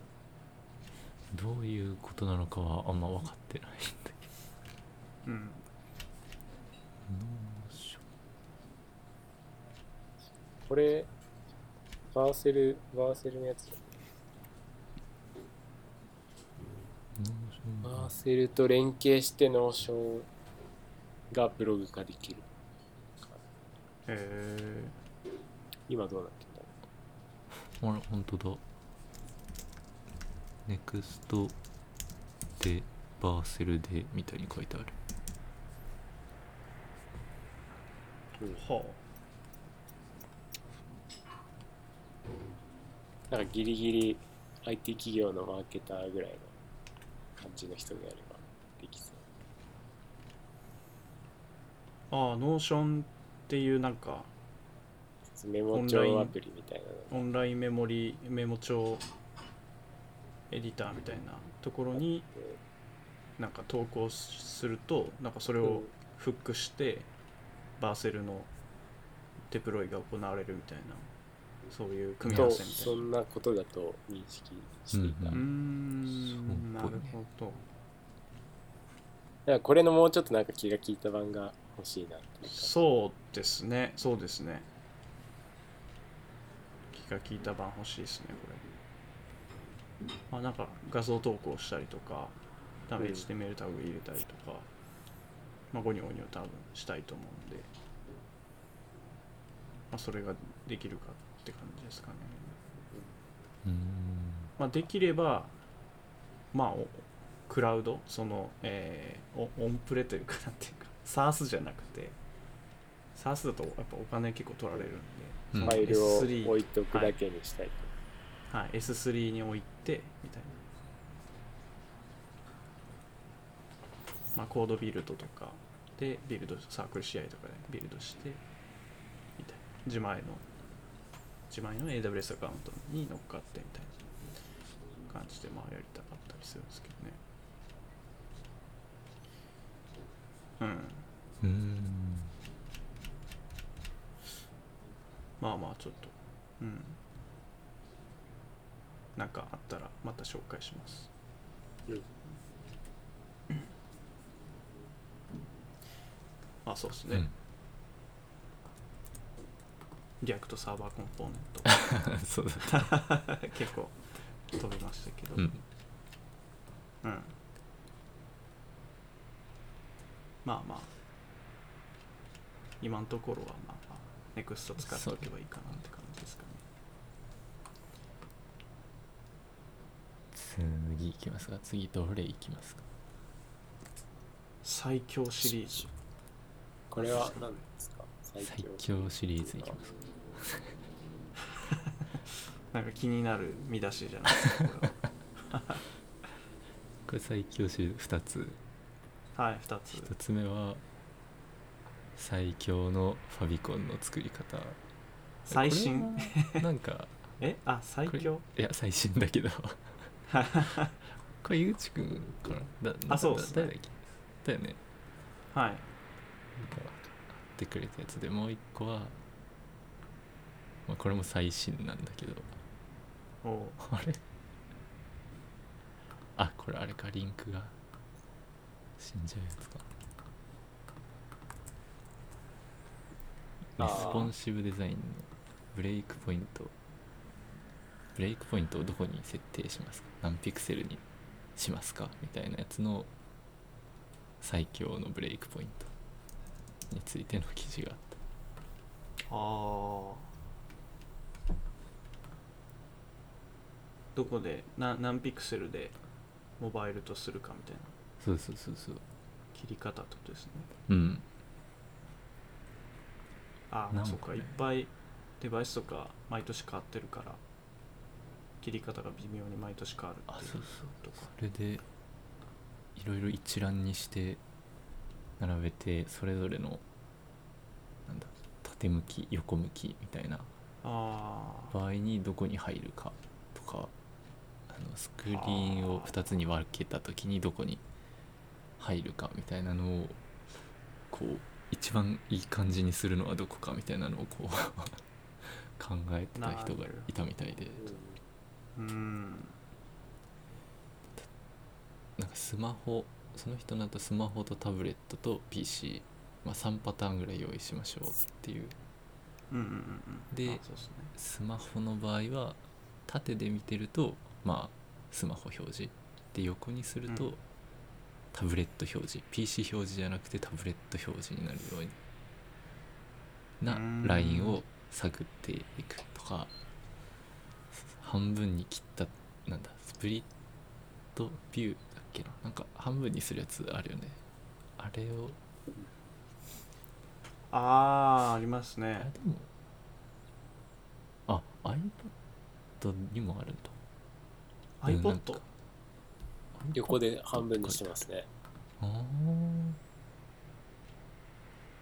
どういうことなのかはあんま分かってないんだけど
うん
ノーショ
これバーセルバーセルのやつだ
ンノーションブロ
バ
グ
ーセルと連携してノーションがブログ化できる
へえ
今どうなってんだろ
あら、ほんとだ。ネクストで、バーセルで、みたいに書いてある。
う、うん、
は
なんかギリギリ IT 企業のマーケターぐらいの感じの人であればできそう
あああノーションっていうなんか
メモ帳アプリみたいなの
オンラインメモリメモ帳エディターみたいなところになんか投稿するとなんかそれをフックしてバーセルのデプロイが行われるみたいなそういう組み合わ
と
せみた
そ
いなん
なことだと認識していた、
う
うん
ー
うん
んな
そう
る
っぽいね
ほど
だからこれのもうちょっとなんか気が利いた版が欲しいなっていうか
そうですねそうですね気が利いた版欲しいですねこれまあなんか画像投稿したりとかダメ HTML タグ入れたりとか、まあゴニョゴニョ多分したいと思うんで、まあ、それができるかって感じですかね
うん
まあ、できれば、まあ、おクラウドその、えーおオンプレというかなんていうか SARS じゃなくて SARS だとやっぱお金結構取られるんで、
うん
そ
フ
の
ァイルを
S3
置いておくだけにしたいと、
はい、S3 に置いてみたいな、まあ、コードビルドとかでビルドサークル試合とかでビルドしてみたいな自前の自前の AWS アカウントに乗っかってみたいな感じでまあやりたかったりするんですけどねうん
うん
まあまあちょっとうんなんかあったらまた紹介します
うん
あそうです
う
ね、
ん
リアクトサーバーコンポーネ
そうだ
ン ト結構飛びましたけど、
うん
うんまあまあ今のところはまあまあネクスト使っておけばいいかなって感じですかね
次いきますか次どれいきますか
最強シリーズ
これは何ですか最
最強シリーズいきますか
なんか気になる見出しじゃないですかこれ
これ最強シリーズ2つ
ははい2つ
1つ目は最強のファビコンの作り方
最新
これはなんか
えあ最強
いや最新だけど これ井口くんかなだ
あそうっすね
だ誰だっけだよね
はい
なんかってくれたやつでもう一個は、まあ、これも最新なんだけど
おう
あれあこれあれかリンクが死んじゃうやつか
あ
レ
ー
スポンシブデザインのブレイクポイントブレイクポイントをどこに設定しますか何ピクセルにしますかみたいなやつの最強のブレイクポイントについての記事があった
ああどこでな何ピクセルでモバイルとするかみたいな
そうそうそうそう
切り方ってことですね
うん
ああまあ
なんか
そっかい
ね
っぱいデバイスとか毎年変わってるから切り方が微妙に毎年変わる
あ
ってい
そううそう
とか
それでいろいろ一覧にして並べてそれぞれのなんだ縦向き横向きみたいな
ああ
場合にどこに入るかとかあのスクリーンを2つに分けた時にどこに入るかみたいなのをこう一番いい感じにするのはどこかみたいなのをこう 考えてた人がいたみたいで
うん
なんかスマホその人だとスマホとタブレットと PC、まあ、3パターンぐらい用意しましょうっていう
うんうんうんうん
で
あそうですね
スマホの場合は縦で見てるとまあスマホ表示で横にすると、
うん
タブレット表示 PC 表示じゃなくてタブレット表示になるようにな
うん
ラインを探っていくとか半分に切ったなんだスプリットビューだっけななんか半分にするやつあるよねあれを
あああります
あれ
ね
でもあ iPad にもあるんだうんなん
iPod
か
横で半分にしてますね
ああ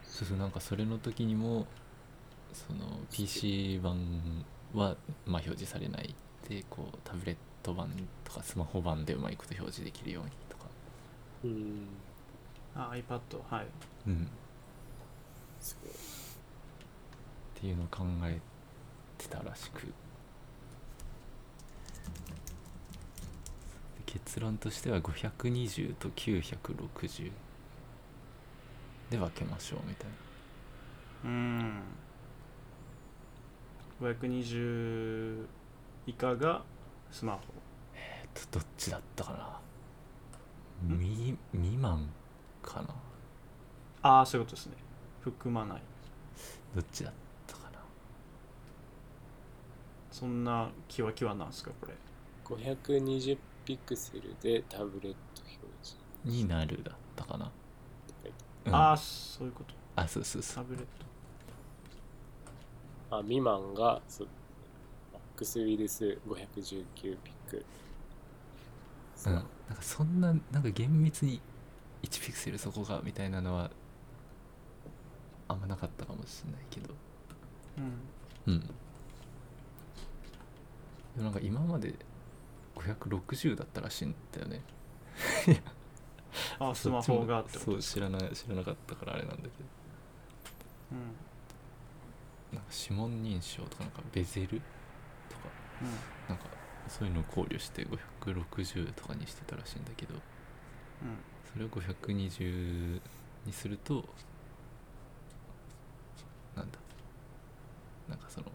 そうそうなんかそれの時にもその PC 版は、まあ、表示されないでこうタブレット版とかスマホ版でうまいこと表示できるようにとか
うん
あ iPad はい
うん、っ
すごい
ていうのを考えてたらしくで結論としては520と960で分けましょうみたいな
うん520以下がスマホ
えっとどっちだったかなんみ未満かな
ああそういうことですね含まない
どっちだったかな
そんなキワキワなんですかこれ
520ピクセルでタブレット表示
になるだったかな、
って書いて
うん
ああそういうこと
あそうそうそ
タ
う
ブレット
あるあ未満がそうマックスウィルス519ピク
うん、なんかそんななんか厳密に1ピクセルそこがみたいなのはあんまなかったかもしれないけど
うん
うんでもなんか今まで560だったらしいんだよね
ああス
そ
マ
っちも
ホがあってこと
そう知らない知らなかったからあれなんだけど
うん
なんか指紋認証とかなんかベゼルとか
うん
なんかそういうのを考慮して560とかにしてたらしいんだけど
うん
それを520にするとなんだなんかその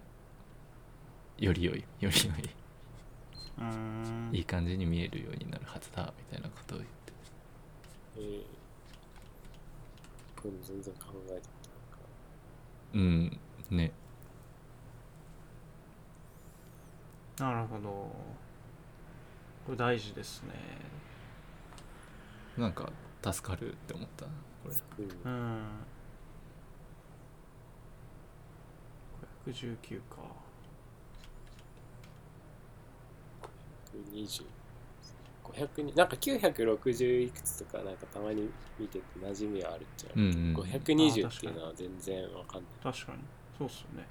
より良いより良
うーん
いいい感じに見えるようになるはずだみたいなことを言って
えー、これも全然考えてなかった
うんね
なるほどこれ大事ですね
なんか助かるって思ったなこれ
うん
うん519か
20 500になんか960いくつとかなんかたまに見てて馴染みはあるっちゃう、
うんうん
520っていうのは全然わかんない
確かにそうっすよね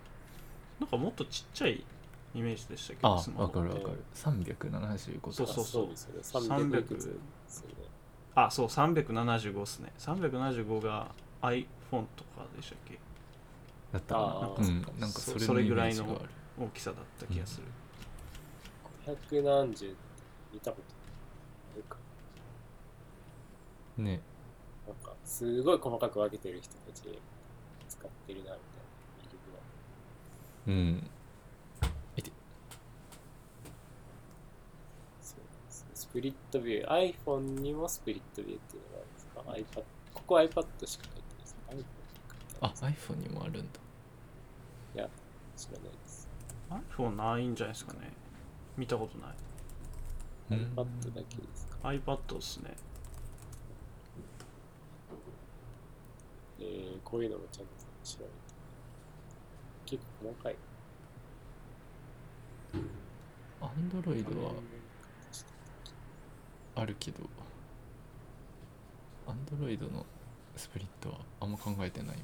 なんかもっとちっちゃいイメージでしたけど
あ
スマホ
わかるわかる375とか
そうそうそう
ですよね300いくつ
300
ですよね
あそう375っすね375が iPhone とかでしたっけ
だったか
あ
な
ー
うんなんかそ
そ
れのイメージがあ
それぐらいの
る
大きさだった気がする、
500何十って見たことないか
ね
なんかすごい細かく分けてる人たち使ってるなみたいないるぐらい
うん
そうですねスプリットビュー iPhone にもスプリットビューっていうのがあるんですか iPad ここ iPad しか書いてないです iPhone しか書いてない
あ iPhone にもあるんだ
知らないです。
iPhone ないんじゃないですかね見たことない
うん
iPad だけですか。
iPad っすね
えー、こういうのもちゃんと調べて。結構細かい。
アンドロイドはあるけど、アンドロイドのスプリットはあんま考えてないみ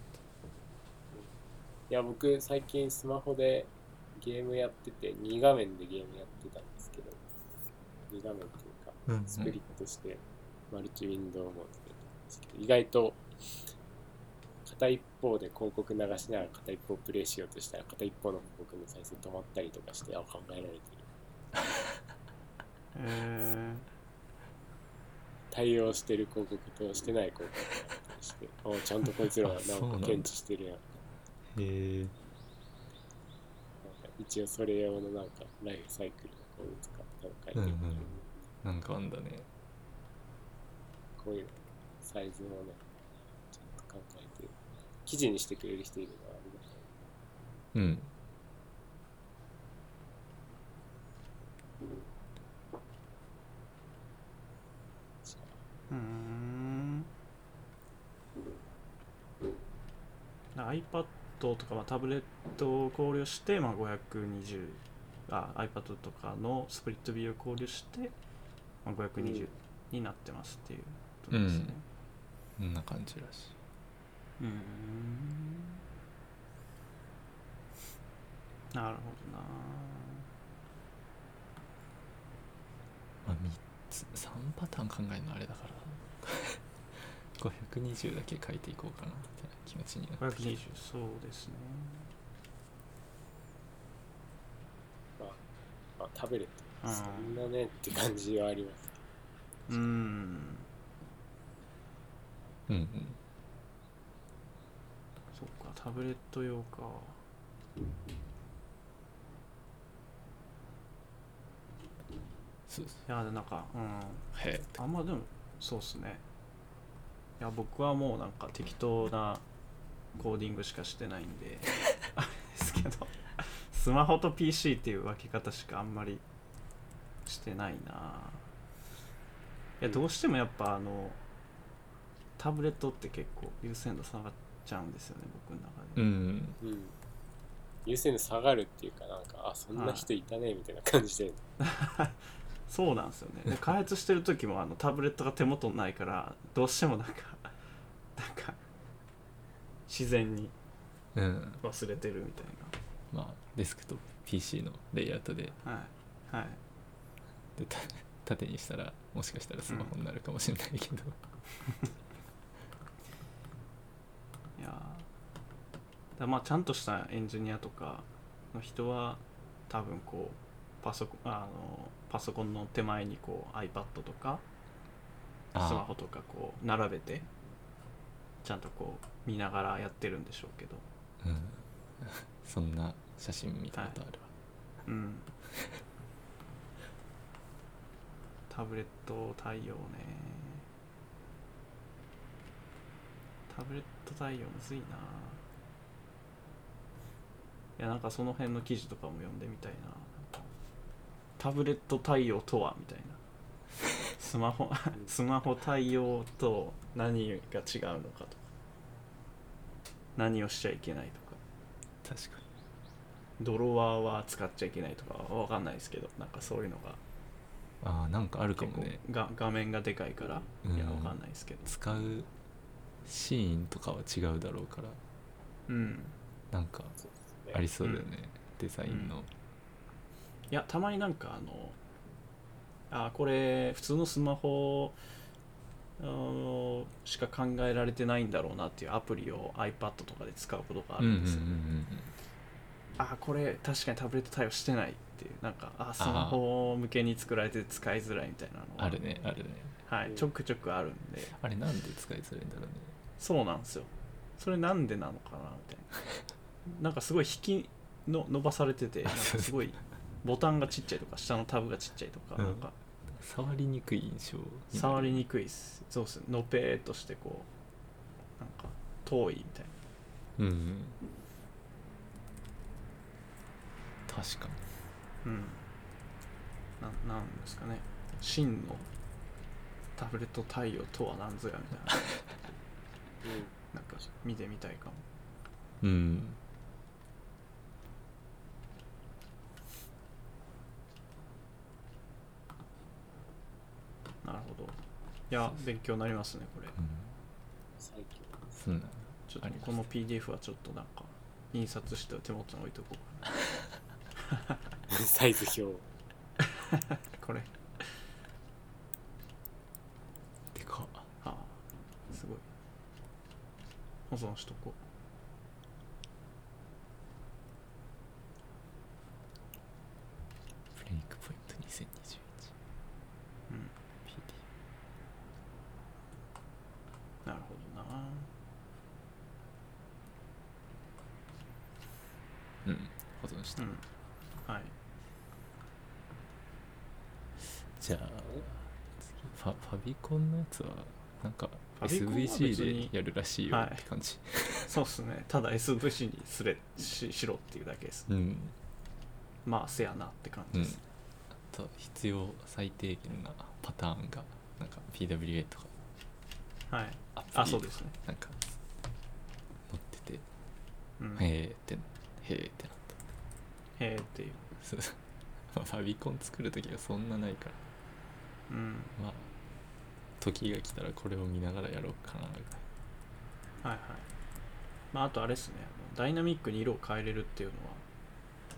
いや、僕、最近スマホでゲームやってて、2画面でゲームやってたんですけど、2画面というか、
たいな。
スプリットして、マルチウィンドウもつけてたんですけど、意外と、片一方で広告流しながら片一方プレイしようとしたら、片一方の広告の再生止まったりとかして、あ、考えられてる。
え
対応してる広告としてない広告があったりして、おちゃんとこいつらはな
あそうなんん
か
だ
検知してるやん。なん
へえ。
か一応それ用のなんかライフサイクルをこう使ったの書いてる、
うんうんなんかあんだね。
こういうサイズをね、ちゃんと考えて、記事にしてくれる人いるのはありがたい。
うん。
じゃ
ー、うーん iPad とか、まあ、タブレットを考慮して、まあ、520あ iPad とかのスプリットビューを考慮して、まあ、520になってますっていうことですね、
こんな感じらしい。
うーんなるほどな
まあ、3つ、3パターン考えるのあれだから。 こう120だけ書いていこうかなみたいな気持ちになってき
520
て
そうですね
まあ、食べれて
うん
そんなねって感じはあります
うん
うんうん
そっかタブレット用か
そうです
いやなんかうん
へえ
あんまでもそうっすねいや僕はもうなんか適当なコーディングしかしてないんであれですけどスマホと PC っていう分け方しかあんまりしてないないやどうしてもやっぱあのタブレットって結構優先度下がっちゃうんですよね僕の中
う
で、
ん
うん優先度下がるっていうかなんかあそんな人いたねみたいな感じで、
そうなんですよねで開発してる時もあのタブレットが手元にないからどうしてもなんかなんか自然に
うん
忘れてるみたい
まあデスクトップ PC のレイアウトで
なはいはい
でた縦にしたらもしかしたらスマホになるかもしれないけど、
いやーだからまあちゃんとしたエンジニアとかの人は多分こうパソコンあのパソコンの手前にこう iPad とかス
ああ
マホとかこう並べてちゃんとこう見ながらやってるんでしょうけど
うんそんな写真見たことあるわ、
うんタブレット対応ねタブレット対応むずいないやなんかその辺の記事とかも読んでみたいななんかタブレット対応とはみたいな スマホ スマホ対応と何が違うのかとか何をしちゃいけないとか
確かに
ドロワーは使っちゃいけないとかは分かんないですけどなんかそういうのが
ああなんかあるか
結
も
構
ね
が画面がでかいから、
うん
いや分かんないですけど
使うシーンとかは違うだろうから
うん
なんか
そうです
あ
ね
りそうだよね、デザインの、
いやたまになんかあのあこれ普通のスマホあのしか考えられてないんだろうなっていうアプリを iPad とかで使うことがあ
うん
る
うん
んですよ、
う
あこれ確かにタブレット対応してないっていうなんかあスマホ向けに作られて使いづらいみたいなの
ん
が
あるねあるね
はい、ちょくちょくあるんで
あれなんで使いづらいんだろうね
そうなんですよそれなんでなのかなみたい ななんかすごい引きの伸ばされててなんかすごいボタンがちっちゃいとか下のタブがちっちゃいとか、
うん
なんか
触りにくい印象になる
触りにくいっすそうっすのぺーっとしてこうなんか遠いみたい
うんうん確かに
なうんななんですかね真のタブレット対応とは何ぞやみたいな
うん
なんか見てみたいかも
うん
なるほどいや勉強になりますねこれ
うん
最近
そんな
ちょっ
あ
と
ります
この PDF はちょっとなんか印刷して手元に置いとこうかな
サイズ表
これ
でか
あーすごい保存しとこ
プレイクポイント
う、
2021
うん、
PD
なるほどな
うん保存した、
うんはい
じゃあ次ファファビコンのやつはなんか
ファビコンは別に
SVC でやるらしいよ
はい
って感じ、
そうっすねただ SVC にすれししろっていうだけです
うん
まあせやなって感じ
うん
です、
あと必要最低限なパターンがなんか PWA とか
はい
アプリ
あそうですね
なんか載ってて、
うんへ
へーってへーってなった
えっていう
そうそうまあファビコン作る時がそんなないから
うん
まあ時が来たらこれを見ながらやろうかな
はいはいまああとあれですねあのダイナミックに色を変えれるっていう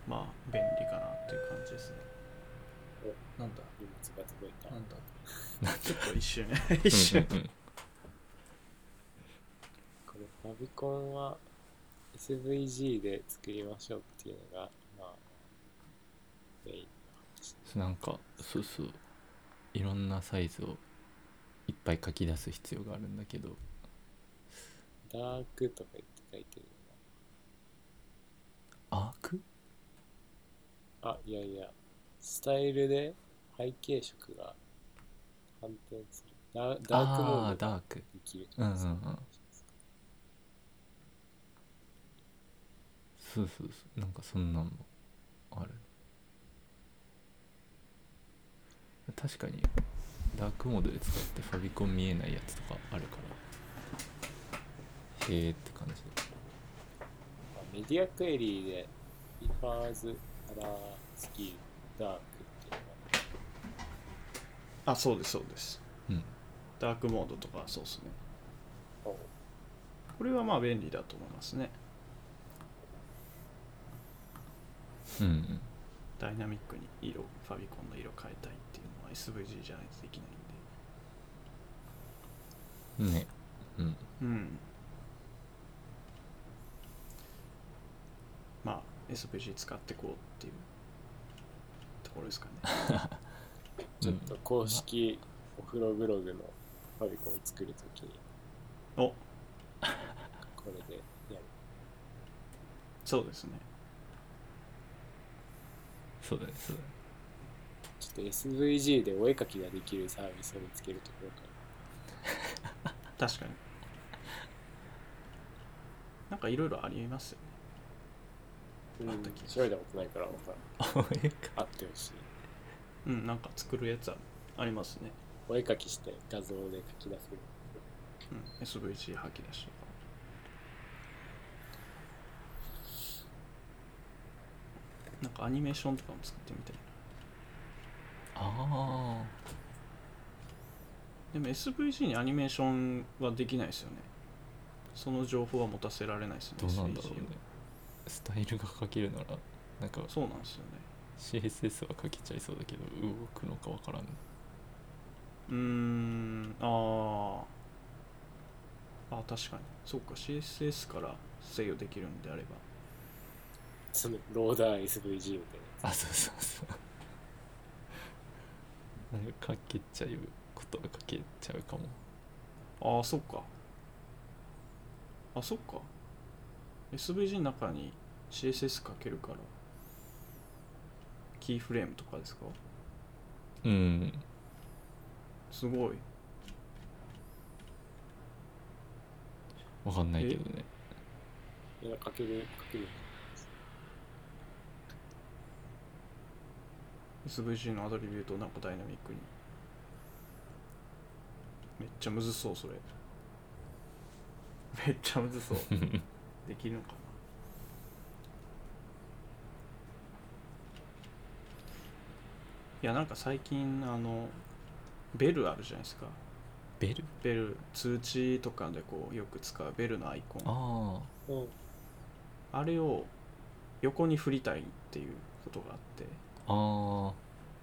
のはまあ便利かなっていう感じですねなんだ
荷物が届いた
なんだちょっと一瞬 一瞬
うんうん
これファビコンは SVG で作りましょうっていうのがまあメイン
なんかそうそういろんなサイズをいっぱい書き出す必要があるんだけど
ダークとか言って書いてる
アーク
なあいやいやスタイルで背景色が反転するダーダークモ
あ
ー
ー
ドが
ダーク
できる
うんうんうんそうそうそうなんかそんなんもある確かにダークモードで使ってファビコン見えないやつとかあるからへえって感じ
まあメディアクエリーでリファーズカラースキーダークっていうのが
あそうですそうです
うん
ダークモードとかそうですね
おう
これはまあ便利だと思いますね
うんうん
ダイナミックに色ファビコンの色変えたいっていうのは SVG じゃないとできないんで
ねうん
うんまあ SVG 使ってこうっていうところですかね
ちょっと公式お風呂ブログのファビコンを作るときに
お
これでやる
そうですね
そうだねそうだね
ちょっと SVG でお絵描きができるサービスを見つけるところか
確かになんかいろいろありますよね
ら、
あ
う
っ
ん
た気が、す
調べたことないから分からん
あえか
あってほしい
うんなんか作るやつはありますね、
お絵描きして画像で書き出せる
うん、SVG 吐き出しとかなんかアニメーションとかも作ってみたいな
あ
でも SVG にアニメーションはできないですよねその情報は持たせられないですね
あどうなんだろう
SVG
ね
は
スタイルが書けるならなんか
そうなんですよね
CSS は書けちゃいそうだけど動くのかわからん
うーんあーあ確かにそっか CSS から制御できるんであれば
そのローダー SVG みたいな
あそうそうそうなんか書けちゃうことは書けちゃうかも
ああそっかあそっか SVG の中に CSS かけるからキーフレームとかですか
うん
すごい
わかんないけどね
いや描ける描ける
SVG のアトリビュートをなんかダイナミックにめっちゃむずそうそれめっちゃむずそうできるのかないやなんか最近あのベルあるじゃないですか
ベル
ベル通知とかでこうよく使うベルのアイコン
ああ
うん
あれを横に振りたいっていうことがあって
あ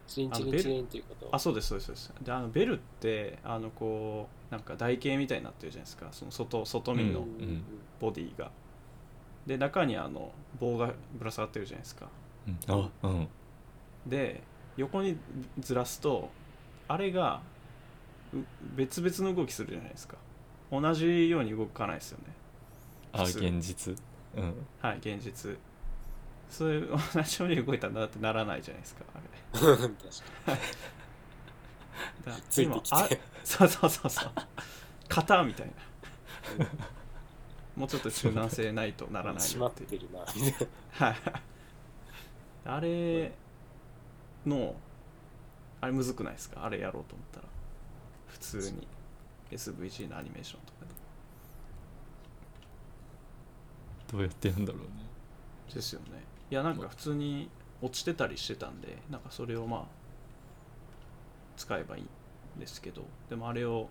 チリンチリンチリンっていうこと
あそうですそうですそうですであのベルってあのこうなんか台形みたいになってるじゃないですかその外外見
う
の
んうんうん
ボディが、で中にあの棒がぶら下がってるじゃないですか
あうんあうん
で横にずらすとあれがう別々の動きするじゃないですか同じように動かないですよね
あ
普通
現実うん
はい現実それ同じように動いたんだってならないじゃないですかあれ
確かに
だから
ついてきて
今あそうそうそう そう型みたいなもうちょっと柔軟性ないとならない
閉ま
よ
っ
って
て
いう
るなみたいな
はいあれのあれむずくないですかあれやろうと思ったら普通に SVG のアニメーションとか
どうやってやんだろうね
でですよねいやなんか普通に落ちてたりしてたんでなんかそれをまあ使えばいいんですけどでもあれを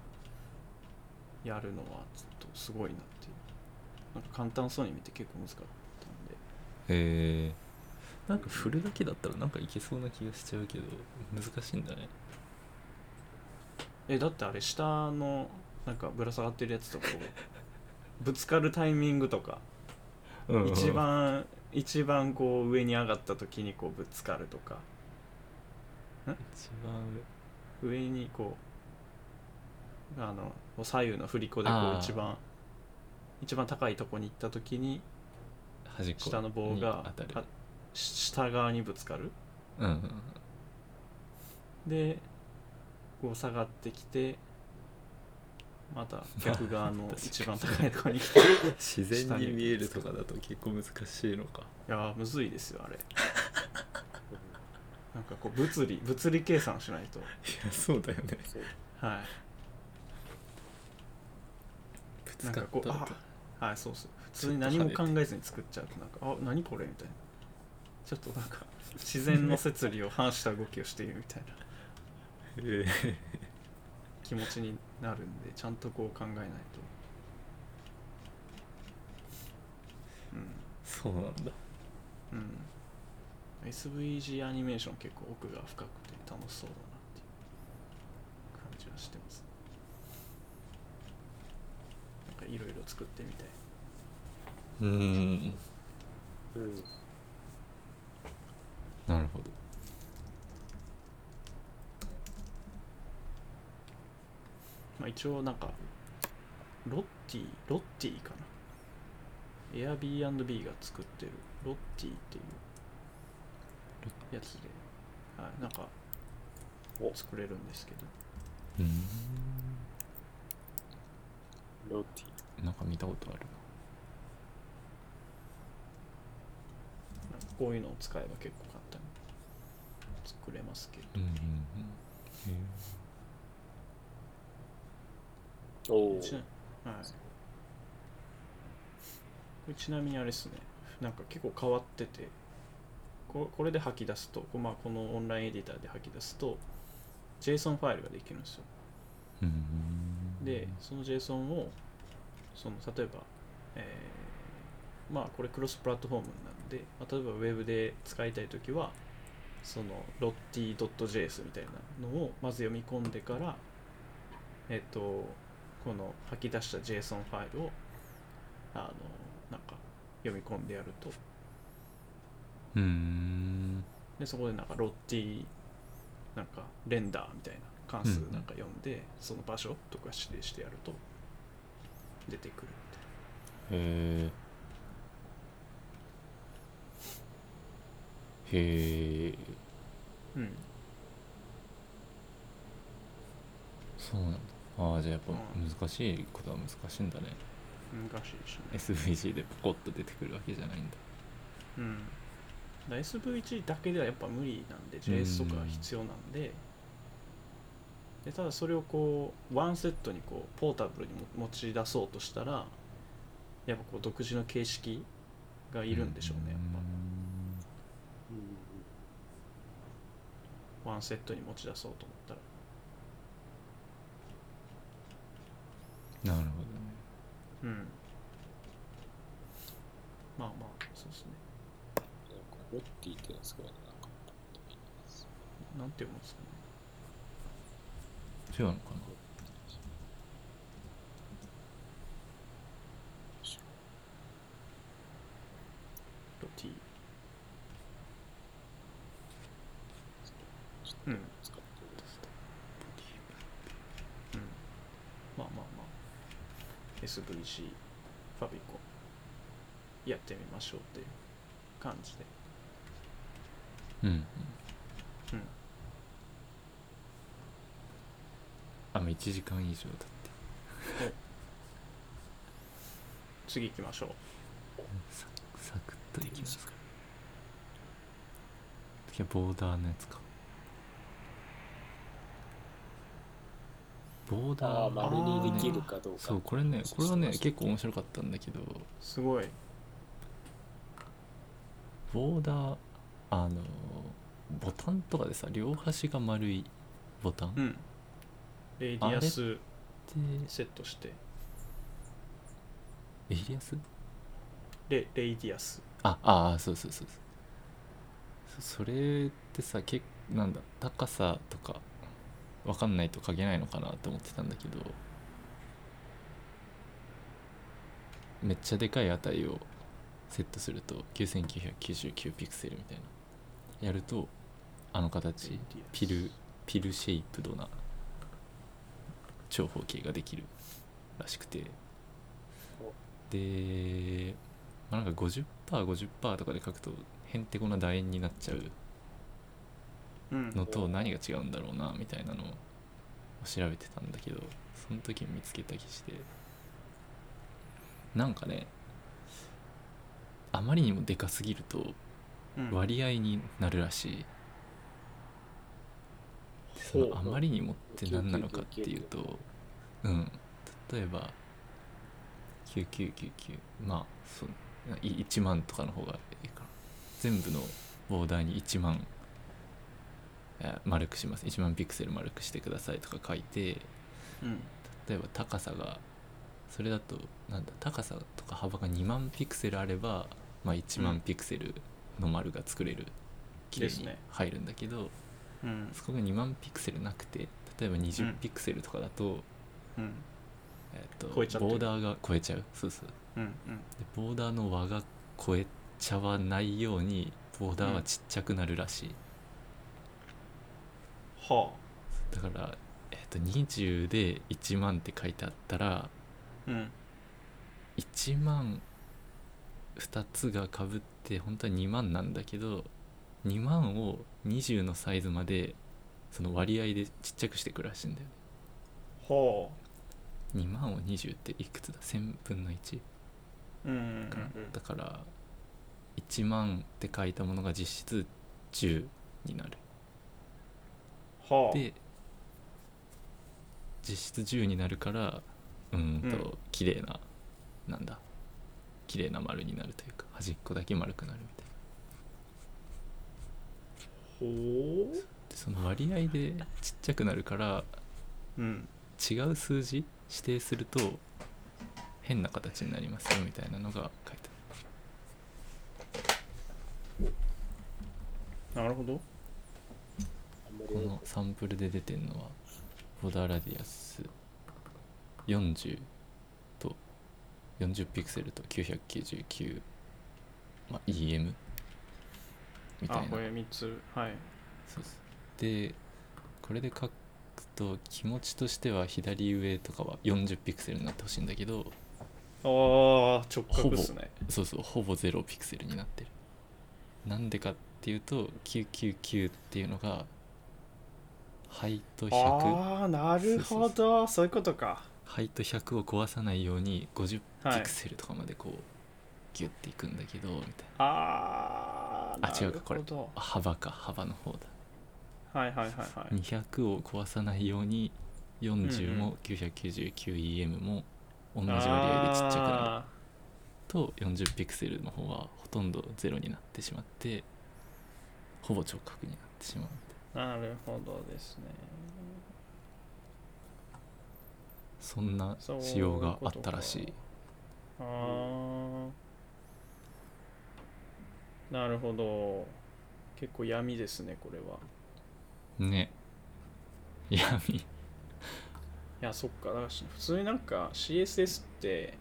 やるのはちょっとすごいなっていうなんか簡単そうに見て結構難しかったんで
へえなんか振るだけだったらなんかいけそうな気がしちゃうけど難しいんだね
えだってあれ下のなんかぶら下がってるやつとこうぶつかるタイミングとか一番一番こう上に上がった時にこうぶつかるとか
一番
上にこうあの左右の振り子でこ
あ
う
ー
一番一番高いとこに行った時に
上端っこ
下の棒が
に当た
あ
る
し下側にぶつかる
うんうん
でこう下がってきてまた逆側 の一番高いとこに来てい
自然に見えるとかだと結構難しいのか
やーむずいですよあれなんかこう物理物理計算しないと
いやそうだよね
そう
は
ぶ
いなん
つか
か
っ
こう
たら
あはいそうそう普通に何も考えずに作っちゃうとなんかあ何これみたいなちょっとなんか自然の摂理を反した動きをしているみたいな
ええ
気持ちになるんでちゃんとこう考えないとうん
そうなんだ
うん SVG アニメーション結構奥が深くて楽しそうだなっていう感じはしてますなんかいろいろ作ってみたい
うん
うん
なるほど
まあ一応なんかロッティロッティかな Airbnb が作ってるロッティっていうやつで、はい、なんか
お
作れるんですけど
うん
ロテ
なんか見たことある
なんかこういうのを使えば結構簡単に作れますけど
なうんうんうんへ
ィおお
ちなはい、これちなみにあれですねなんか結構変わっててここれで吐き出すと、こまあ、このオンラインエディターで吐き出すと JSON ファイルができるんですよ
えうん
でその JSON をその例えば、えーまあこれクロスプラットフォームなんで、まあ、例えばウェブで使いたいときはその lottie.js みたいなのをまず読み込んでからえっとこの吐き出した JSON ファイルをあのなんか読み込んでやると
うん
でそこでなんかロッティなんかレンダーみたいな関数なんか読んで、その場所とか指定してやると出てくるみたいな
へえへえ
うん、
そうなんだああじゃあやっぱ難しいことは難しいんだね
難しいですね。
SVG でポコッと出てくるわけじゃないんだ
うん。だ SVG だけではやっぱ無理なんで、JS とか必要なんで、でただそれをこう、ワンセットにこうポータブルにも持ち出そうとしたら、やっぱこう独自の形式がいるんでしょうね、やっぱ。ワンセットに持ち出そうと思ったら。
なるほ
うん。まあまあ、そうですね。
ロッティってのはすごいななんか
なんて読むんですかね。
どね違うのかな
ロティ。うん。
使って
うんまあまあまあ SVC ファビコンやってみましょうっていう感じで
うん、う
う
ん
ん
あもう1時間以上経って
次行きましょう
サクサクっといきます
か
次はボーダーのやつかボーダー
ああ
ね
丸にできるかどうか
そうこれねこれはね結構面
白
白かったんだけど
すごい
ボーダーあのボタンとかでさ両端が丸いボタンっ
うんレイディアス
て
セットして
エイリアス
レレイディアス
あああそうそうそうそうそれってさけなんだ高さとかわかんないと書けないのかなと思ってたんだけどめっちゃでかい値をセットすると9999ピクセルみたいなやるとあの形ピルピルシェイプドな長方形ができるらしくてで、まあ、なんか 50%50% とかで書くとへんてこな楕円になっちゃう
うん
のと何が違うんだろうなみたいなのを調べてたんだけどその時見つけた記事でなんかねあまりにもでかすぎると
うん
割合になるらしい、でそ
ほう
のあまりにもって何なのかっていうとうん例えば9999まあそうい1万とかの方がいいかな全部のボーダーに1万え丸くします1万ピクセル丸くしてくださいとか書いて
うん
例えば高さがそれだとなんだ高さとか幅が2万ピクセルあれば、まあ、1
うん
万ピクセルの丸が作れる綺麗
です
に
ね
入るんだけど、
うん
そこが2万ピクセルなくて例えば
うん
20ピクセルとかだと,、
うん
えっと
超えちゃってる
ボーダーが超えちゃうそうそう
うん
でボーダーの輪が超えちゃわないようにボーダーはちっちゃくなるらしい、
は
だから、えっと20で1万って書いてあったら
あうん
1万2つがかぶって本当は2万なんだけど2万を20のサイズまでその割合でちっちゃくしていくらしいんだよね
は
2万を20っていくつだ1000分の1
あうん
かな、
うんうん
だから1万って書いたものが実質10になる
はあ
で実質10になるからうーん
う
と綺麗ななんだ綺麗な丸になるというか端っこだけ丸くなるみたい
ほ
なでその割合でちっちゃくなるから
ううん
違う数字指定すると変な形になりますよみたいなのが書いてある
なるほど
あんまり
このサンプルで出てるのはボダーラディアス40と40ピクセルと999、まあ、EM みた
あ
いな
これ3つはい
そうそうでこれで書くと気持ちとしては左上とかは40ピクセルになってほしいんだけど
あー直角っすね
そうそうほぼ0ピクセルになってるなんでかっていうと999っていうのが肺と100
ああなるほどそういうことか
肺と100を壊さないように50
は
ピ
い
クセルとかまでこう、ギュッていくんだけどみたいな
ああ
あ違うかこれ
なるほ
あ幅か幅の方だ、
どはいはいはいはい
200を壊さないように40も 999EM も同じ割合でちっちゃくなる
あ
と40ピクセルの方はほとんどゼロになってしまってほぼ直角になってしまう
ーなるほどですね
そんな
そういう
仕様があったらしい
あーなるほど結構闇ですねこれは
ね闇
いやそっかだからし普通になんか CSS って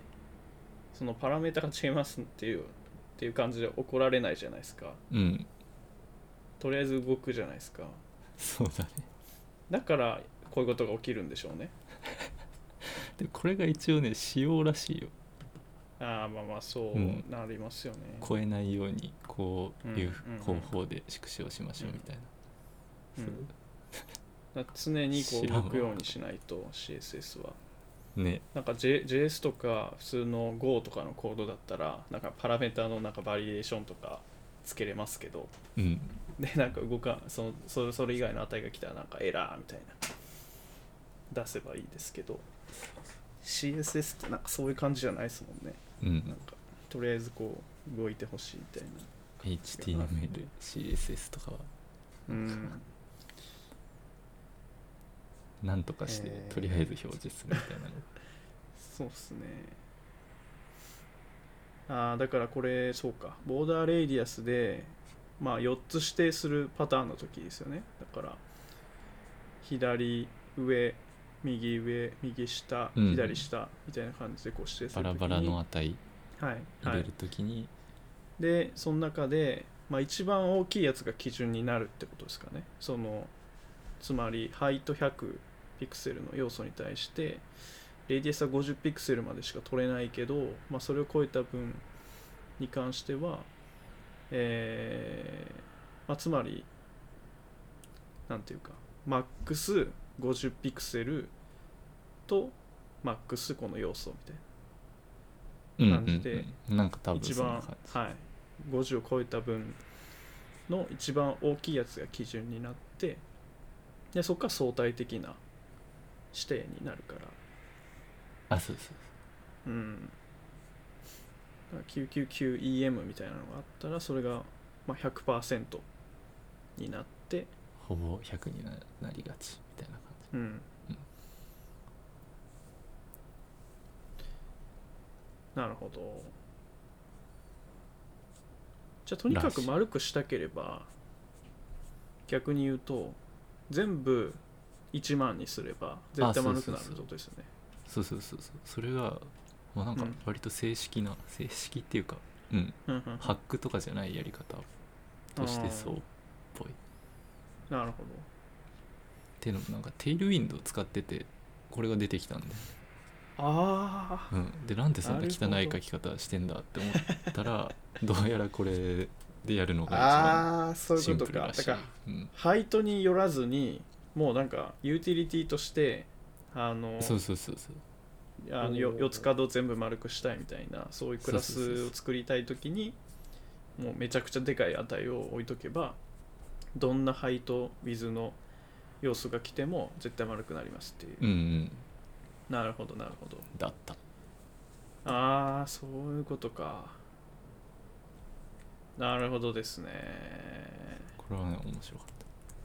そのパラメータが違いますっていうっていう感じで怒られないじゃないですか
うん
とりあえず動くじゃないですか
そうだね
だからこういうことが起きるんでしょうね
でこれが一応ね仕様らしいよ
ああまあまあそう
うん
なりますよね、
超えないようにこういう
うんうんうん
方法で縮小しましょうみたいな、
うん
そう
だから常にこう
知ら
動
んわ
くようにしないと CSS は
ね
なんか、J、JS とか普通の Go とかのコードだったらなんかパラメータのなんかバリエーションとかつけれますけど
うん
でなんか動かそのそれそれ以外の値が来たらなんかエラーみたいな出せばいいですけど CSS ってなんかそういう感じじゃないですもんね
う
なん
ん
かとりあえずこう動いてほしいみたいな
HTML、CSS とかは
うん
なんとかして
えー
とりあえず表示するみたい なの、
そうっすねあーだからこれそうかボーダーレイディアスでまあ、4つ指定するパターンの時ですよねだから左上右上右下
うん
左下みたいな感じでこう指定す
バ
る時
ラ
に
バラの値
はいは
入れ
い
る、ときに、
でその中で、まあ、一番大きいやつが基準になるってことですかねそのつまりハイト100ピクセルの要素に対してレディエスは50ピクセルまでしか取れないけど、まあ、それを超えた分に関しては、えーまあ、つまりなんていうかマックス50ピクセルとマックスこの要素みたいな
う
感
ん
じで
うんうん、なんか多分
一
そん
番
な感じ
はい50を超えた分の一番大きいやつが基準になってでそこから相対的な指定になるから
あそうそ
う
う
んだから 999EM みたいなのがあったらそれがまあ100%になって
ほぼ100にななりがちみたいな感
うん
うん
なるほどじゃあとにから
し
く
い
丸くしたければ逆に言うと全部1万にすれば絶対丸くなるってことですよね
じそうそうそうそうそれがもうなんか
うん
割と正式な、正式っていうかうん
うんうん
ハックとかじゃないやり方としてそうっぽいっ
なるほ
ていうのもなんかテイルウィンドを使っててこれが出てきたんで、
どあ
うん、でなんでそんな汚
なる
い
ほど
書き方してんだって思ったら どうやらこれでやるのが
ああーそ
一
う
番
いう
シン
こと
プル
から
し
だ
い
から
うん、
配当によらずにもうなんかユーティリティとしてあの
そうそうそうそう
あのよ四つ角を全部丸くしたいみたいなそういうクラ
そうそうそう
ス
そ
を
う
作りたい時にもうめちゃくちゃでかい値を置いとけばどんな配当 with の要素が来ても絶対丸くなりますっていう、
うんうん
なるほどなるほど
だった
ああそういうことかなるほどですね
これはね面白かっ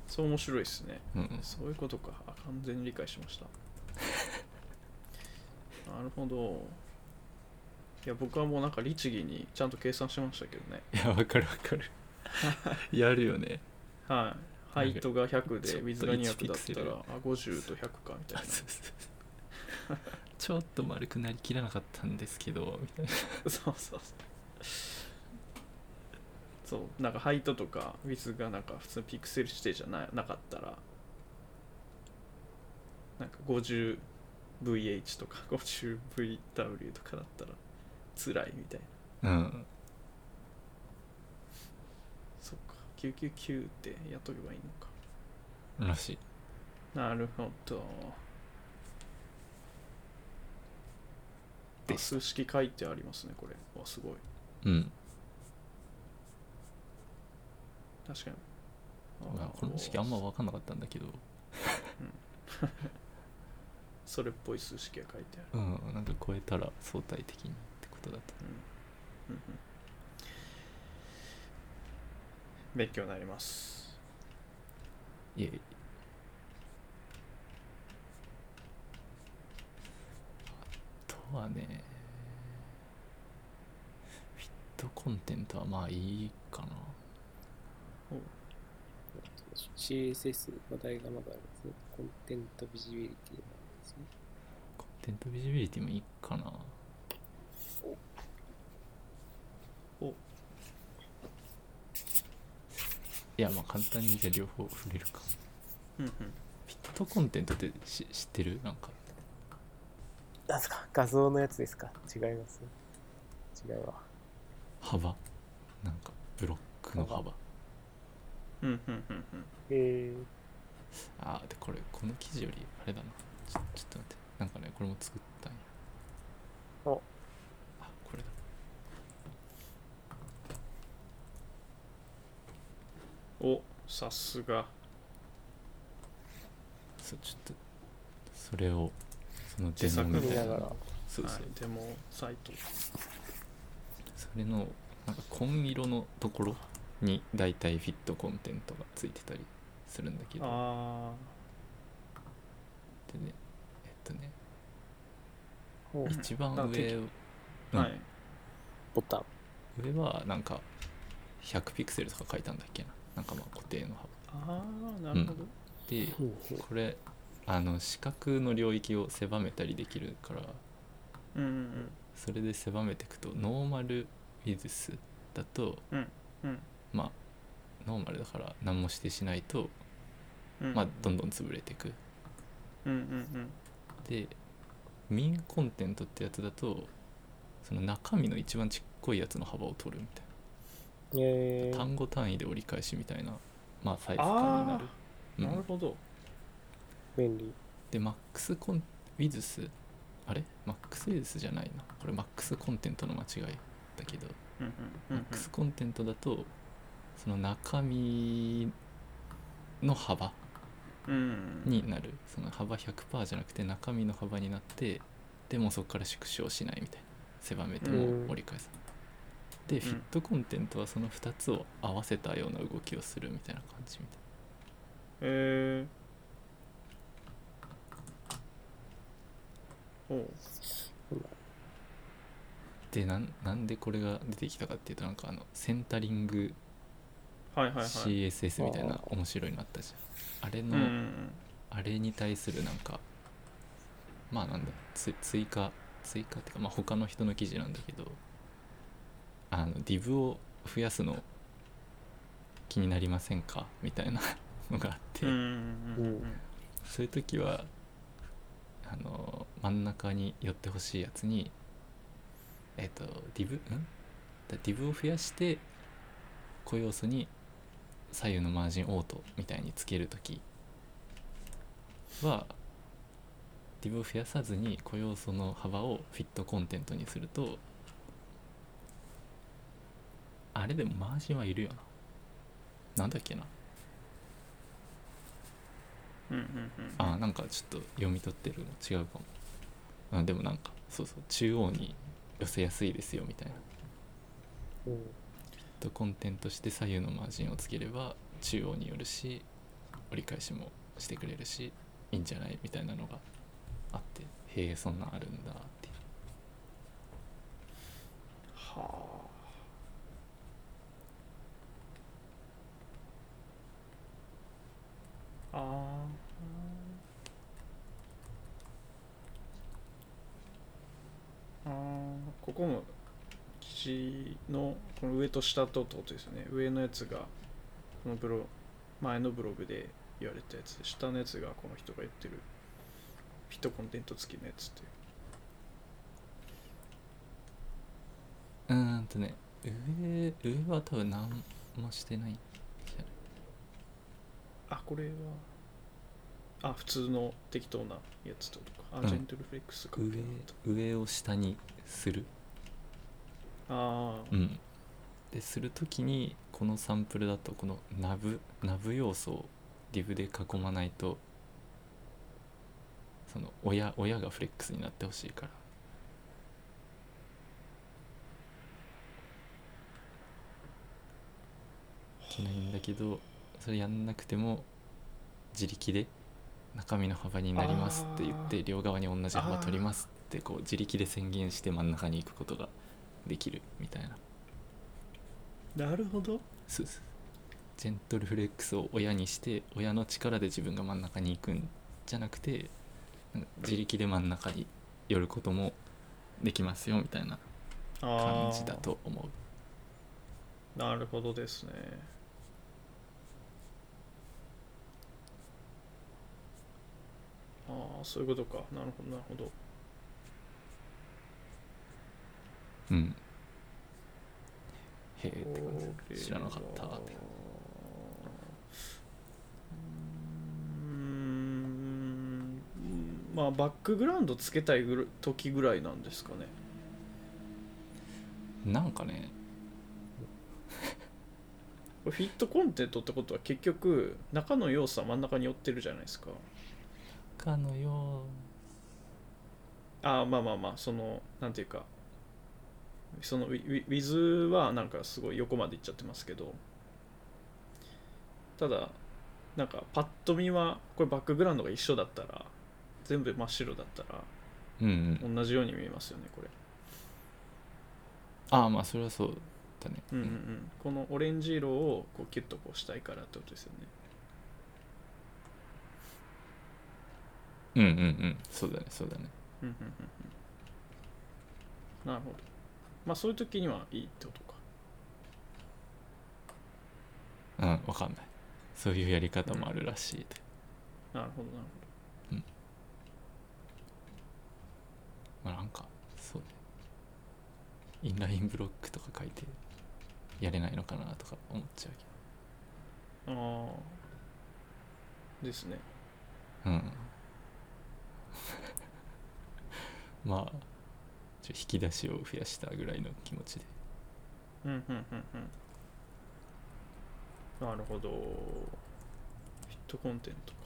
そう面白いですね
た、うんうん、
そういうことかあ完全に理解しま したなるほどいや僕はもうなんか律儀にちゃんと計算しましたけどね
いやわかるわかる やるよね
はいハイトが100
ちょっ
で
と
水が
1ピ
200だ
ク
っ
セ
た
ル
らあ50と100かみたい
ちょっと丸くなりきらなかったんですけどみたいな
なそうそうそうそうなんかハイトとか水がなんか普通のピクセル指定じゃななかったらなんか 50VH とか 50VW とかだったら辛いみたいな
うん
そっか999ってやっとけばいいのから
しい
なるほど
で
あ数式書いてありますねこれわすごい
うん、
確かに
まあ、この式
あ
あ
ー
んま分かんなかったんだけど
それっぽい数式が書いてある
うんなんか超えたら相対的にってことだと
うんうん勉強になります
いえいえあとはねフィットコンテンツはまあいいかな
CSS 話題がまだあるんですね。コンテントビジビリティなんですね。
コンテンツビジビリティもいいかな
お
いやまあ簡単にじゃあ両方触れるか
うんうん
フィットコンテンツってし知ってるなんか
あ、そか。画像のやつですか。違います。違うわ。
幅なんかブロックの幅
うんうんうんうん
え
あーでこれこの記事よりあれだなちょちょっと待ってなんかねこれも作ったんや
お
あこれだ
おさすが
そうちょっとそれをそのデ
自作
モみたいな
見ながら
そうそ
は
う、
い、でもサイト
それのなんか紺色のところに大体フィットコンテントがついてたりするんだけど
あ
でねえっとね
ほう
一番
なんか
上
あ
をうん
はい
ボタン。
上はなんか100ピクセルとか書いたんだっけななんかまあ固定の幅
ああなるほど、
で
ほうほう
これあの四角の領域を狭めたりできるから
うん、うん
それで狭めていくとノーマルウィズスだと
うん
まあノーマルだから何も指定しないと、
うん
まあ、どんどん潰れていく
うんうん
でミンコンテントってやつだとその中身の一番ちっこいやつの幅を取るみたい
え
な
ー
単語単位で折り返しみたいな、まあ、サイズ感にな
あ
る、
あ
うん
なるほど
便利
でマックスコンウィズスあれマックスウィズスじゃないなこれマックスコンテントの間違いだけど、
うんうんう
マ
ん
ックスコンテントだとその中身の幅
うん
になるその幅100%じゃなくて中身の幅になってでもそこから縮小しないみたいな狭めても折り返す、でフィットコンテントはその2つを合わせたような動きをするみたいな感じみたい
えー、おう
でなんなんでこれが出てきたかっていうとなんかあのセンタリング
はいはいはい、
CSS みたい
あ
な面白いのあったじゃんあれ
うん
の、
うんうん、
あれに対するなんかまあなんだつ追加追加ってかまあ他の人の記事なんだけどあの div を増やすの気になりませんかみたいなのがあって、
うんうんうん
う
そういう時はあの真ん中に寄ってほしいやつにえっ、と div んだ div を増やして小要素に左右のマージンオートみたいにつける時は div を増やさずに小要素の幅をフィットコンテントにするとあれでもマージンはいるよななんだっけな
うんうんうん
あーなんかちょっと読み取ってるの違うかもあでもなんかそうそう中央に寄せやすいですよみたいな
うん
とコンテントして左右のマージンをつければ中央に寄るし折り返しもしてくれるしいいんじゃないみたいなのがあってへえそんなんあるんだっていう
はああーあーここも記事のこの上と下とってことですよね上のやつがこのブロ前のブログで言われたやつで下のやつがこの人が言ってるフィットコンテント付きのやつっていう
うーんとね上上は多分何もしてないんじゃない
あこれはあ普通の適当なやつってことかあ、
うん
ジェントルフレックスか
上上を下にする
ああ
うん、でする時にこのサンプルだとこのナブナブ要素を div で囲まないとその親親がフレックスになってほしいからいけないんだけどそれやんなくても自力で中身の幅になりますって言って両側に同じ幅取りますってこう自力で宣言して真ん中に行くことができるみたいな
なるほど
そうそうジェントルフレックスを親にして親の力で自分が真ん中に行くんじゃなくてなんか自力で真ん中に寄ることもできますよみたいな
あ
感
あ
じだと思う
なるほどですねああそういうことかなるほどなるほど
うんへえ
こ
って感じ
れは
知らなかったって
うーんまあバックグラウンドつけたいぐる時ぐらいなんですかね
なんかね
これフィットコンテントってことは結局中の要素は真ん中に寄ってるじゃないですか
かのよ
あーまあまあまあそのなんていうかそのウィウィウィズはなんかすごい横まで行っちゃってますけどただなんかパッと見はこれバックグラウンドが一緒だったら全部真っ白だったら
ううん、うん、
同じように見えますよねこれ
ああまあそれはそうったね、
うんうんうん、このオレンジ色をこうキュッとこうしたいからってことですよね
うんうんうんそうだねそうだね
うんうんうんうんなるほどまあそういう時にはいいってことか
うんわかんないそういうやり方もあるらしいと、
なるほどなるほど
まあなんかそうねインラインブロックとか書いてやれないのかなとか思っちゃう
ああですね
けどうん まあちょ引き出しを増やしたぐらいの気持ちで
うんうんうんうんなるほどヒットコンテンツか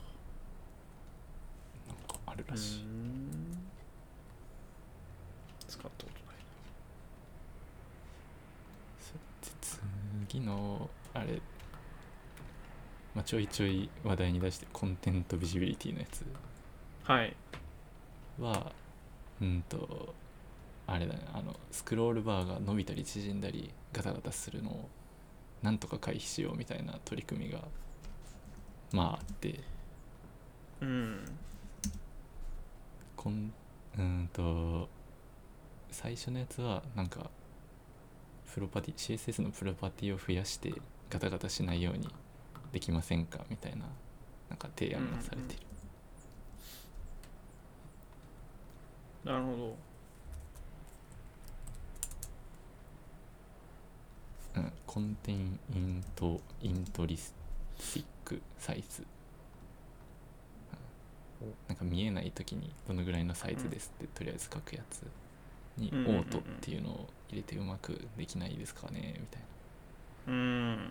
なんかある
う
らし
ー
い、
ん使ったことない
次のあれまあちょいちょい話題に出してるコンテントビジビリティのやつ
はい
はうんとあれだねあのスクロールバーが伸びたり縮んだりガタガタするのをなんとか回避しようみたいな取り組みがまああって
うん
こんうーんと最初のやつはなんかプロパティ CSS のプロパティを増やしてガタガタしないようにできませんかみたいななんか提案がされている、
なるほど
うんコンテンイントイントリスティックサイズうんなんか見えない時にどのぐらいのサイズですってとりあえず書くやつに
うんうんうんうん
オートっていうのを入れてうまくできないですかねみたいな
うーん
ま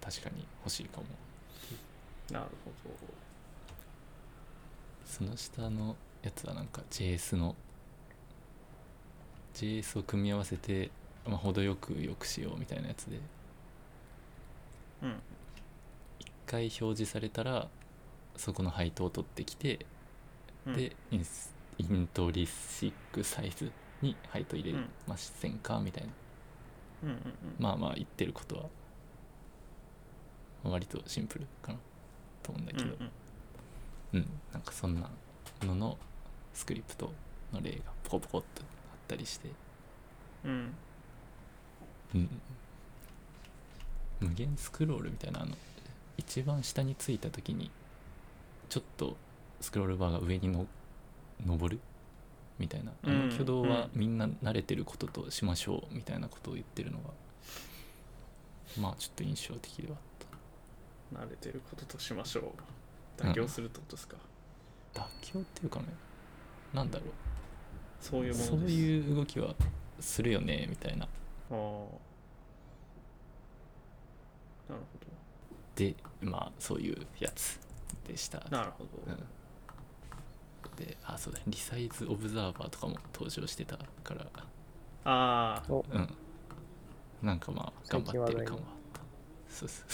あ確かに欲しいかも
なるほ
その下のやつはなんか JS の JS を組み合わせて、まあ、程よくよくしようみたいなやつで
うん
一回表示されたらそこの配当を取ってきて、
ど
でインスイントリシックサイズに配当入れませんかみたい
うん
な
うんうん
まあまあ言ってることは割とシンプルかなと思うんだけ
う
ど
んうん
うん、なんかそんなののスクリプトの例がポコポコっとあったりして、
うん
うん、無限スクロールみたいなあの一番下についた時にちょっとスクロールバーが上にの上るみたいなあ
う
の
ん
挙動
う
は
ん
みんな慣れてることとしましょうみたいなことを言ってるのがまあちょっと印象的ではあっ
慣れてることとしましょう妥協するってことですか、
た妥協っていうかねなんだろう
そういうものです
そういう動きはするよねみたいな
ああなる
でまあそういうやつでした
ほどなるほ
う
ど、
んであそうだリサイズオブザーバーとかも登場してたから
ああ
うんなんかまあ頑
最
張っ
近話
てる
題の
感はあったそうそう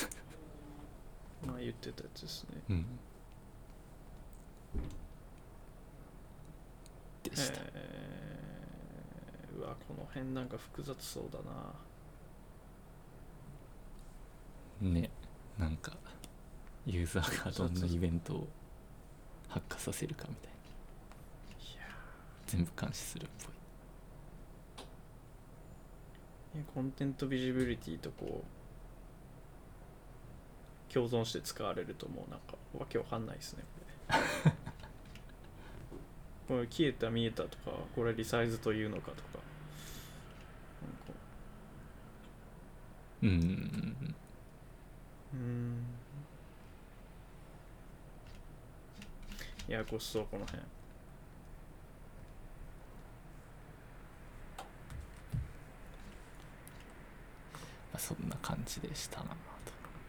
まあ言ってたやつですね
うんでした、
えー、うわこの辺なんか複雑そうだな
ねなんかユーザーがどんなイベントを発火させるかみたいない
や
全部監視するっぽい
ねコンテントビジビリティとこう共存して使われるともうなんかわけわかんないですね これこれ消えた見えたとかこれリサイズというのかとかなんか
うんうんうんう
う
ん
ーんややこしそうこの辺
まあ、そんな感じでしたなと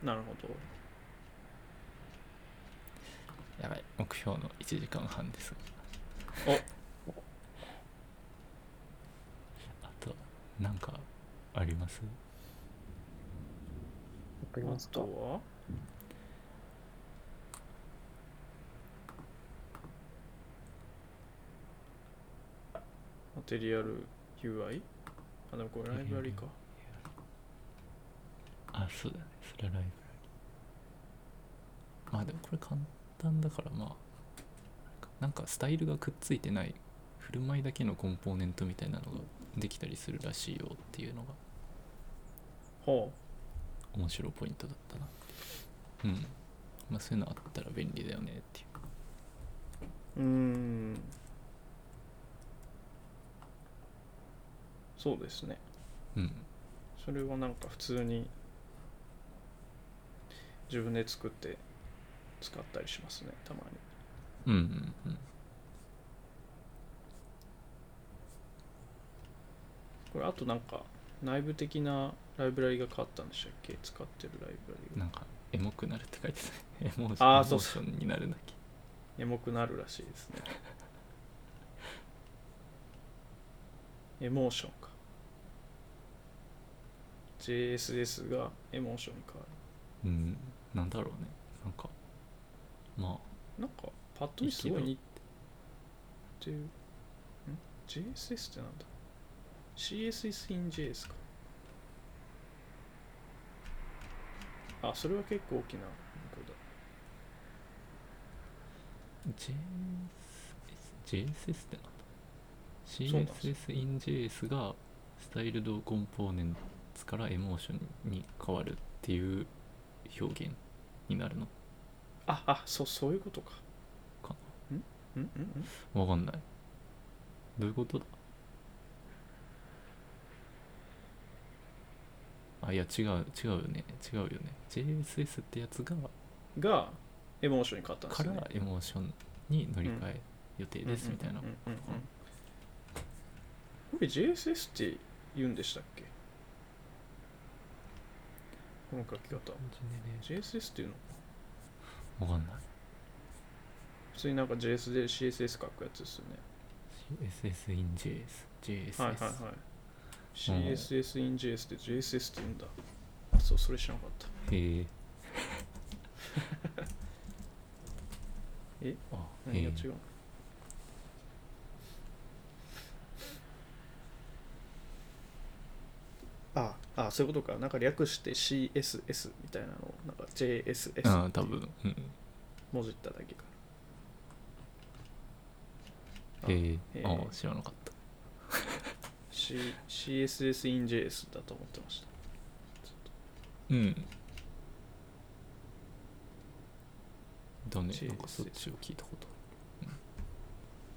なるほど
やばい目標の1時間半です
お
あとなんかあります
かりま
あ
すか
とはマテリアル UI? あ、でもこれライブラリか。
ラあそうだねそれはライブラリまあでもこれ簡単だからまあなんかスタイルがくっついてない振る舞いだけのコンポーネントみたいなのができたりするらしいよっていうのが
ほ
面白いポイントだったなうんまあそういうのあったら便利だよねっていう
ううーんそうですね
うん
それはなんか普通に自分で作って使ったりしますねたまに
うんうんうん
これあとなんか内部的なライブラリが変わったんでしたっけ使ってるライブラリが
なんかエモくなるって書いてた エモーション
あー
エ
そう
モーションになるんだっけ
エモくなるらしいですねエモーションか JSS がエモーションに変わ
うんなんだろうねなんかまあ
るなんかパッと見すごい似てるん JSS ってなんだ CSS in JS かあそれは結構大きなことだ
JSS, JSS って
そうな
なん
で
んだ
す
CSS in JS がスタイルドコンポーネンツからエモーションに変わるっていう表現になるの
ああそそういうことか
か
うんうんうん
なわかんないどういうことだあいや違う違うよね違うよね JSS ってやつが
がエモーションに変わったんです
か
よ、
ら
ね、
エモーションに乗り換え予定ですみたいな
うんうんうんうんうんこれ JSS って言うんでしたっけこの書き方 JSS っていうの
わかんない
普通になんか JS で CSS 書くやつですよね
CSS in JS JSS、
はいはいはい CSS in JS で JSS って言うんだあそうそれ知らなかった
へえ。
え
あ、
何が違
へえ
うのああそういうことかなんか略して CSS みたいなのをなんか JSS って
ああ、多分。うん。
もじっただけかあ
へ
へ
え
え。
ああ、知らなかった。
C CSS in JS だと思ってました
うん。だね
JSS、
なんかそっちを聞いたことある。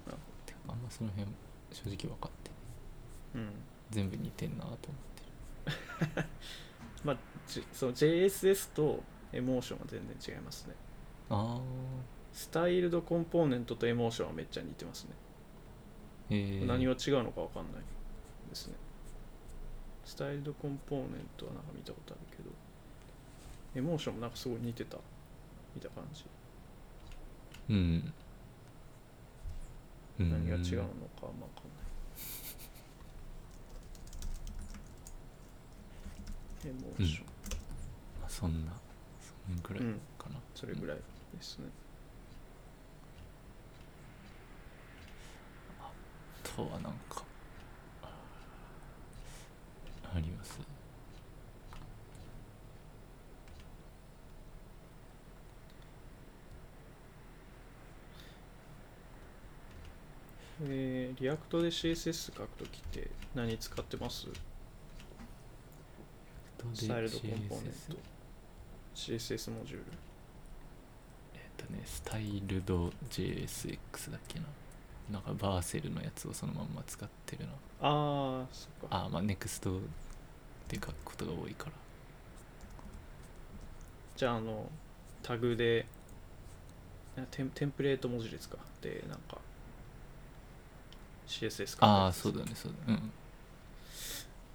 う
なるほど
ん。てかあんまその辺、正直分かってない。
うん
全部似てんなと思ってる。
J- その JSS とエモーションは全然違いますね
あ
スタイルドコンポーネントとエモーションはめっちゃ似てますね
あ、へえ。
何
を
が違うのか分かんないですねスタイルドコンポーネントはなんか見たことあるけどエモーションもなんかすごい似てた見た感じ
うん。うん
何が違うのかあんま分かんないエモーション、
まあそんな、そんぐら
う
い
ん
かな。
それぐらいですね
あとはなんかあります
えー、リアクトで CSS 書くときって何使ってますスタイルドコンポーネン
CSS
ト CSS モジュール
えっとねスタイルド JSX だっけななんかバーセルのやつをそのまんま使ってるな
ああそっか
あまあ NEXT で書くことが多いから
じゃああのタグであテンテンプレート文字列かでなんか CSS か
ああそうだねそうだねうん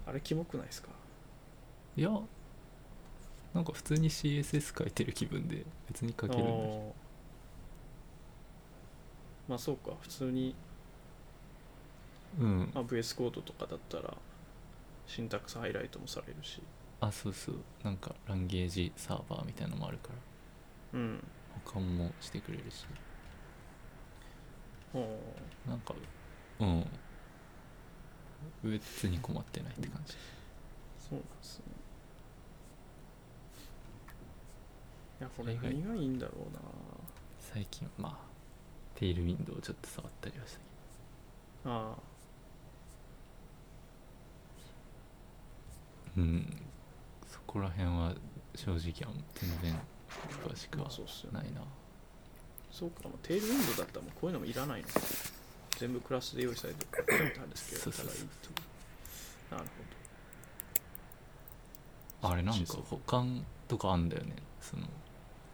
あれキモくないですか
いやなんか普通に CSS 書いてる気分で別に書けるんだ
あ
け
ーまあそうか普通に、
どうん
まあ、VS コードとかだったらシンタックスハイライトもされるし
あそうそうなんかランゲージサーバーみたいなのもあるから
うん
保管もしてくれるし
おー
なんかうん別に困ってないって感じ
そうなんですねこれ
それ以外
何がいいんだろうな
最近まあテイルウィンドウをちょっと触ったりはしたけ
ああ
どうんそこら辺は正直あん全然詳しく
ま
は
あそうっすよね
ないな
そうかもうテールウィンドだったらもうこういうのもいらないのか全部クラスで用意されてたんですけ
そ
ど
うそうそうそう
なる
あれなんか
そう
保管とかあんだよねその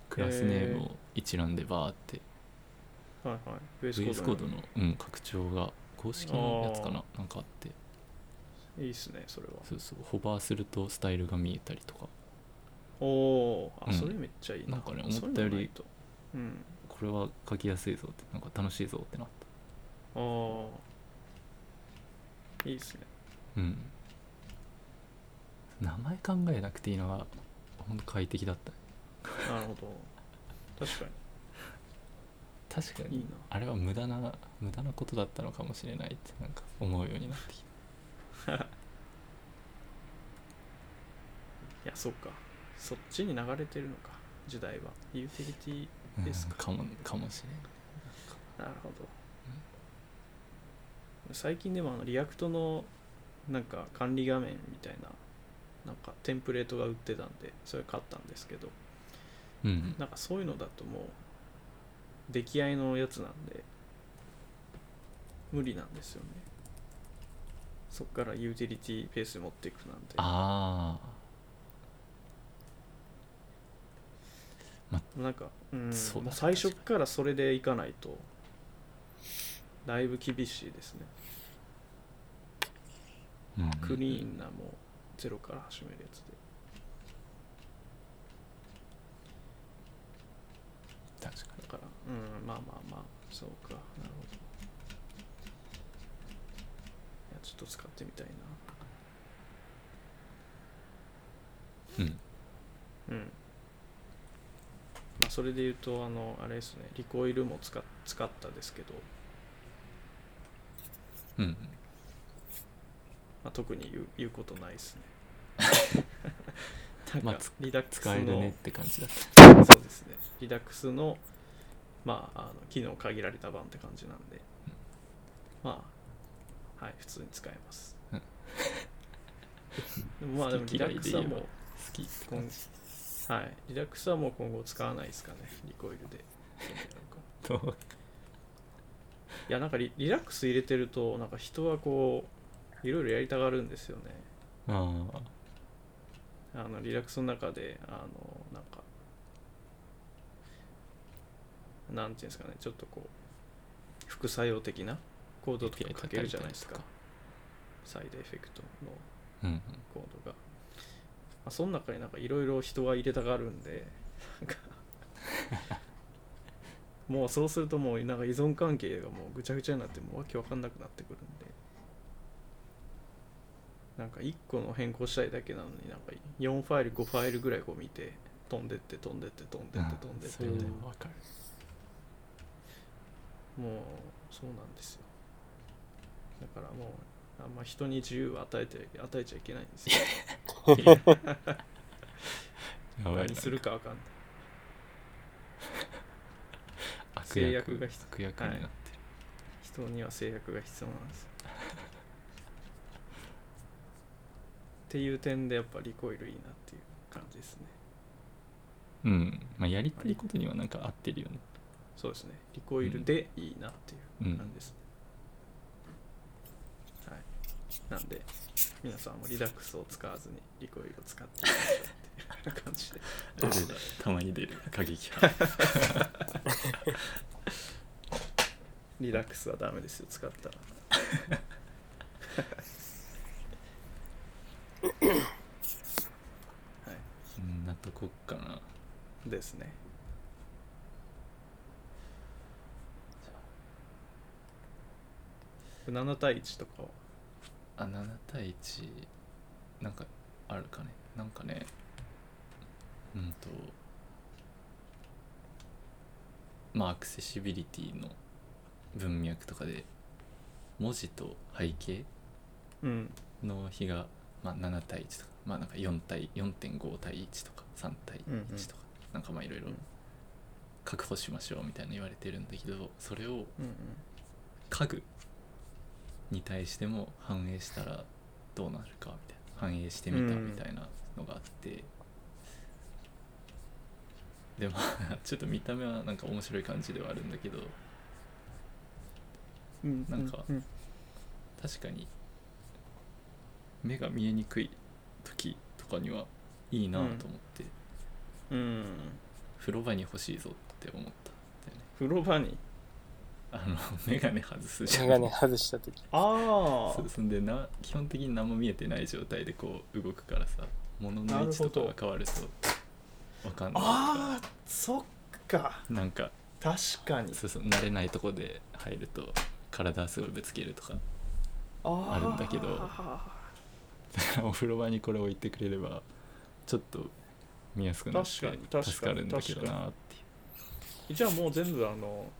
クラスネームを一覧でバーって
ほどはいはいベー
VS
ス
コ
コ
ー
ー
ド
ド
の、うん、拡張が公式のやつかななんかあって
のいいっすねそれは
そうそうホバーするとスタイルが見えたりとか
おおーあ、
うん
それめっちゃいいな
なんかね
そういう
思ったより
のないとうん
これは書きやすいぞってなんか楽しいぞってなっ
ああいいっすね
たうん名前考えなくていいのが本当快適だったね
なるほど確か
確か
にいい
に
な
あれは無駄な無駄なことだったのかもしれないってなんか思うようになってきた
いやそうかそっちに流れてるのか時代はユーティリティ
うん
ですか
かもかもしれない
なるほど、最近でもあのリアクトのなんか管理画面みたいななんかテンプレートが売ってたんでそれ買ったんですけど
うん
なんかそういうのだともう出来合いのやつなんで無理なんですよねそっからユーティリティペースに持っていくなんて
ああ
なんか、うん、
そうだね
もう最初っからそれでいかないとだいぶ厳しいですね
うん
クリーンなもうゼロから始めるやつで
確か
だからうんまあまあまあそうかなるほどいやちょっと使ってみたい
にうん
なうんまあそれで言うとあのあれですねリコイルも使っ使ったですけど、
うん
まあ、特に言う言うことないです ねな
ま
ん
あ
か
つ
リダックス
使える
の、
ねって感じだった
そうですねリダックスのまああの機能限られた版って感じなんで
うん
まあはい普通に使えます
う
で
ん
もまあでも
好き
リ
嫌
ダ
い
ック
で
ス
言
は
えば
もう
好きって
今
感じ
はいリダックスはもう今後使わないですかねリコイルで
どう
いやなんかリリラックス入れてるとなんか人はこういろいろやりたがるんですよね
あ あ
あのリラックスの中であのなんかなんていうんですかねちょっとこう副作用的なコードとか書けるじゃないですかサイドエフェクトの
う んうん
コードが、まあ、その中になんかいろいろ人は入れたがるんでなん かもうそうするともうなんか依存関係がもうぐちゃぐちゃになってもうわけわかんなくなってくるんでなんか1個の変更したいだけなのになんか4ファイル5ファイルぐらいこう見て飛んでって飛んでって飛んでって飛んでっ
そ
て
れ
み
で
たいな
もわかる
もうそうなんですよだからもうあんま人に自由を与えて与えちゃいけないんですよ
やばい
何
な
するかわかんない
悪
制約が必
悪役になってる、
人には制約が必要なんですよっていう点でやっぱリコイルいいなっていう感じですね
うんまあやりたいことにはなんか合ってるよね
そうですねリコイルでいいなっていう感じですね、はいなんで皆さんもリラックスを使わずにリコイルを使っていただいたっていう感じで
出るたまに出る過激派
リラックスはダメですよ使ったら
そんなとこかな
ですね7対1とかは
あ7対1なんかあるかねなんかねうんとまあアクセシビリティの文脈とかで文字と背景
うん
の比が、まあ、7対1とか,、まあ、なんか4対4.5対1とか3対1
う
とか、
んうん
なんかまあいろいろ
うん
確保しましょうみたいな言われてるんだけどそれを
うんうん
家具に対しても反映したらどうなるかみたいな反映してみた
うん
みたいなのがあって、でもちょっと見た目はなんか面白い感じではあるんだけど
うん
なんか
うん
確かに目が見えにくい時とかにはいいなと思って、
うん、うん
風呂場に欲しいぞって思ったんだよね
風呂場に
あの眼鏡外すじゃん
眼鏡外した時
あ
そそんでな基本的に何も見えてない状態でこう動くからさ物の位置とかが変わるとわかん
あ
ないとか
あーそっか
なんか
確かに
そうそう慣れないとこで入ると体すごいぶつけるとか
あ
あるんだけど
ど
お風呂場にこれ置いてくれればちょっと見やすくなって
確かに確かに
助かるんだけどなーっていう
じゃあもう全部あの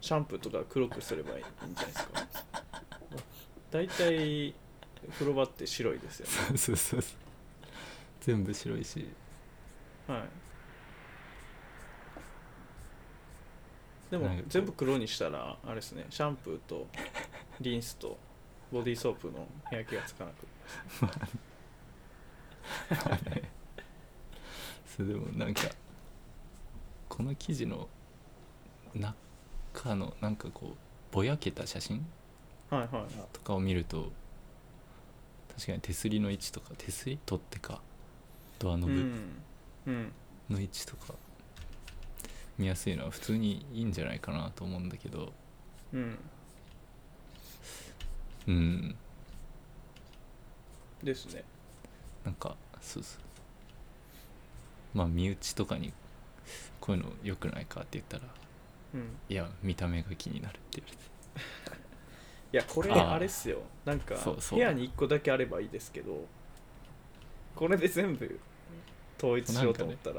シャンプーとか黒くすればいいんじゃないです か大体風呂場って白いですよね
そう そうそうそう全部白いし
はいでも
なんかこう
全部黒にしたらあれですねシャンプーとリンスとボディーソープの部屋気がつかなく
それでもなんかこの記事の中のなんかこうぼやけた写真
はいはいはい
とかを見ると確かに手すりの位置とか手すり取ってかドアノ
う
ブ
ん、うん、
の位置とか見やすいのは普通にいいんじゃないかなと思うんだけど
うん
うん
ですね
なんかそうそうまあ身内とかにこういうの良くないかって言ったら
うん
いや見た目が気になるって言われて
いやこれ
あー
あれっすよなんか
そうそう
部屋に1個だけあればいいですけどこれで全部統一しようと思ったら、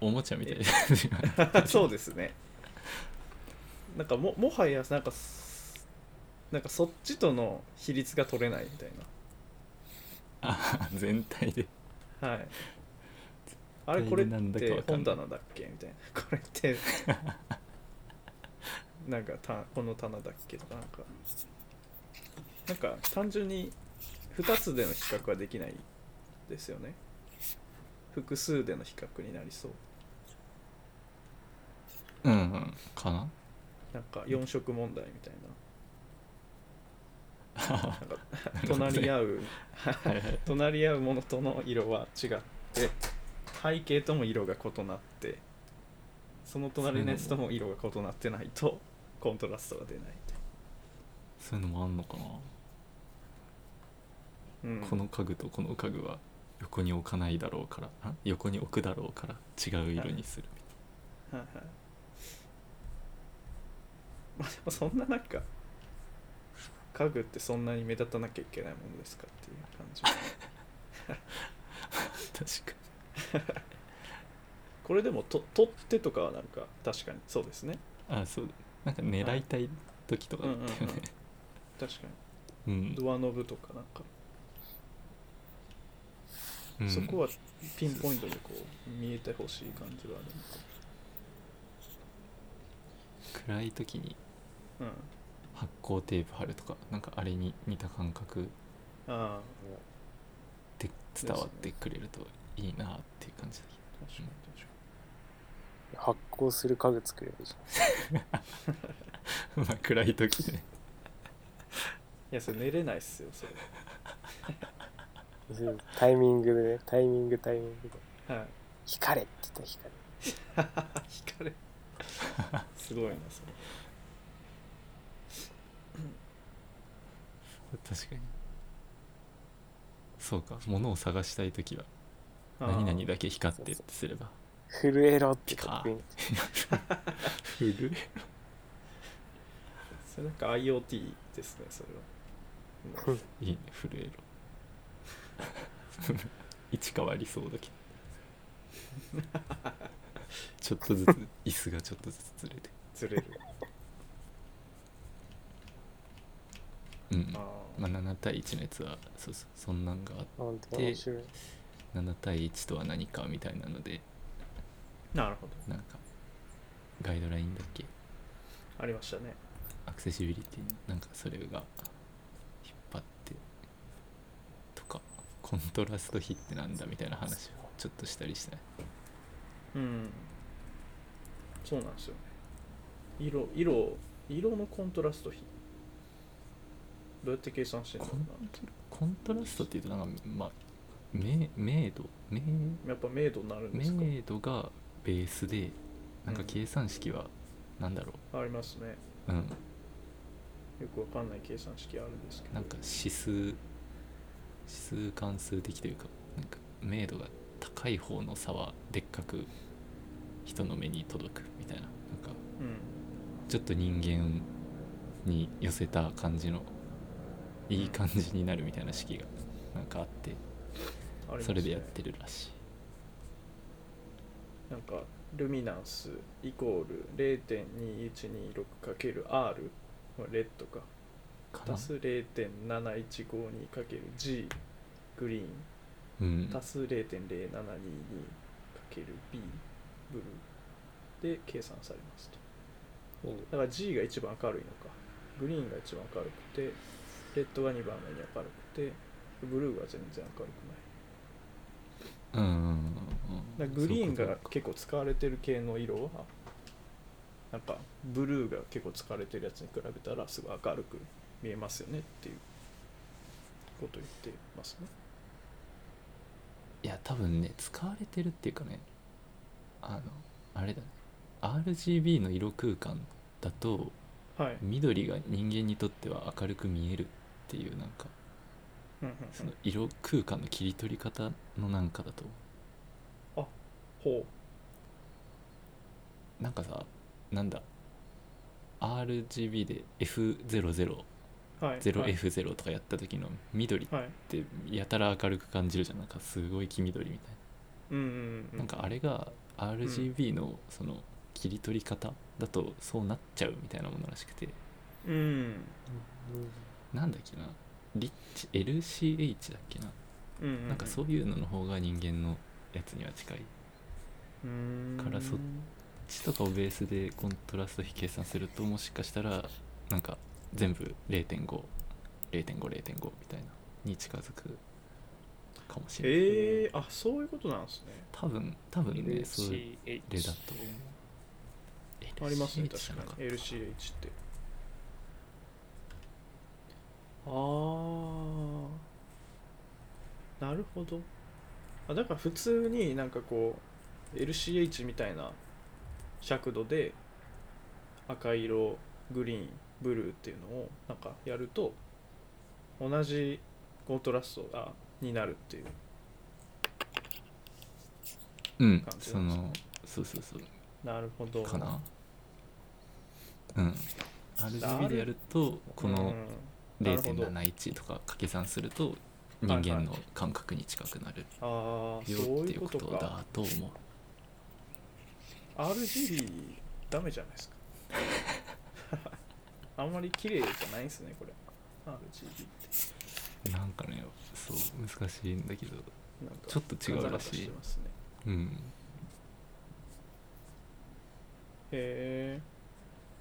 おもちゃみたいで
そうですねなんかももはやなんかすなんかそっちとの比率が取れないみたい
あ全体で
なはいあれこれっ
なんだかわ
て
か
本
んない
棚だっけみたいな これってなんかたこの棚だっけとかなんかなんか単純に2つでの比較はできないですよね複数での比較になりそう
うんうんかな
なんか4色問題みたい な
は
なんか隣り合う
いはい
隣り合うものとの色は違って背景とも色が異なってその隣のやつとも色が異なってないとコントラストが出ない
そういうのもあんのかな、
と、うん、
この家具とこの家具は横に置かないだろうからあ横に置くだろうから違う色にする
はいはいまあでもそんななんか家具ってそんなに目立たなきゃいけないものですかっていう感じ
確か
これでもと取っ手とかはなんか確かにそうですね
にあそうなんか狙いたい時とかだ ったよね
確か
うん、
にドアノブとかなんか
うん
そこはピンポイントでこう見えてほしい感じはあ
暗い時に
るのか。
発光テープ貼るとかなんかあれに似た感覚
うん。ああ、
で伝わってくれるといいなっていう感じだ
確かに確か
発光する家具作ればいいじ
けどまあ暗い時ね
に。いや、それ寝れないっすよ、それ。
ゃんタイミングでねタイミングタイミング で
はい。
光れって言ったら光
光
る
る。すごいな、それ。
確かにそうか物を探したい時は
ああ
何々だけ光ってってすれば
震えろってかっこいい
古い
それなんか IoT ですね、それは。
いいね震え ろ位置変わりそうだ けどちょっとずつ椅子がちょっとずつずれて
ずれる。
うん
あ
まあ、7対1のやつはそうそうそんなんがあっ
本当に面白い
7対1とは何かみたいなので
なるほど
なんかガイドラインだっけ
ありましたね
アクセシビリティのなんかそれが引っ張ってとかコントラスト比ってなんだみたいな話をちょっとしたりしたね
うんそうなんですよね色色色のコントラスト比どうやって計算してんだろうな
コントラストっていうとなんかまあ明明度明
やっぱ明度になるんですか
明度がベースでなんか
うん
計算式はなんだろ
ありますね
う、うん、
よくわかんない計算式あるんですけど
なんか指数指数関数的というかなんか明度が高い方の差はでっかく人の目に届くみたいななんか
うん
ちょっと人間に寄せた感じのいい感じになるみたいな式がなんかあって
ありますね
それでやってるらしい
なんかルミナンスイコール 0.2126×R まあレッドか
かな
足す 0.7152×G グリーン
うん
足す 0.0722×B ブルーで計算されますとだから G が一番明るいのかグリーンが一番明るくてレッドが2番目に明るくてブルーが全然明るくない
うんうんうんう
だ
ん
からグリーン
そういう
が
ことか
結構使われてる系の色はなんかブルーが結構使われてるやつに比べたらすごい明るく見えますよねっていうことを言ってますね
いや多分ね使われてるっていうかねあのあれだね RGB の色空間だと
はい、
緑が人間にとっては明るく見えるっていうなんか
うんうんうん
その色空間の切り取り方のなんかだと
ほ
なんかさなんだ RGB で F0000F0
うはいはい
とかやった時の緑っ
はい
てやたら明るく感じるじゃんなんかすごい黄緑みたいな
うんうんうん
なんかあれが RGB のその切り取り方だとそうなっちゃうみたいなものらしくて
うん
なんだっけなリッチ LCH だっけな
うんうん
なんかそういうのの方が人間のやつには近い
うん
からそ血とかをベースでコントラスト比計算するともしかしたらなんか全部0.50.50.5みたいなに近づくかもしれない、
えー、あそういうことなんですね
多分多分ねそれ
LCH
だと
ありますね
LCH じゃ
確
な
か
っ
に LCH ってあーなるほどあだから普通になんかこう LCH みたいな尺度で赤色グリーンブルーっていうのをなんかやると同じコントラストがになるっていう
たうん
感じ
そ
なんです
のそうそうそう
なるほど
かなうん RGB でやるとこ
うん
の
なるほど
0.71とか掛け算すると人間の感覚に近くなる
ああ
よ
そう
って
い
いうう
こ
ことと
か
だと思う
RGB ダメじゃないですか あんまり綺麗じゃないんですねこれ RGB って
なんかねそう難しいんだけど
なんか
ちょっと違う
ガ
ら
タガタ
しい
てますね
うん
へえ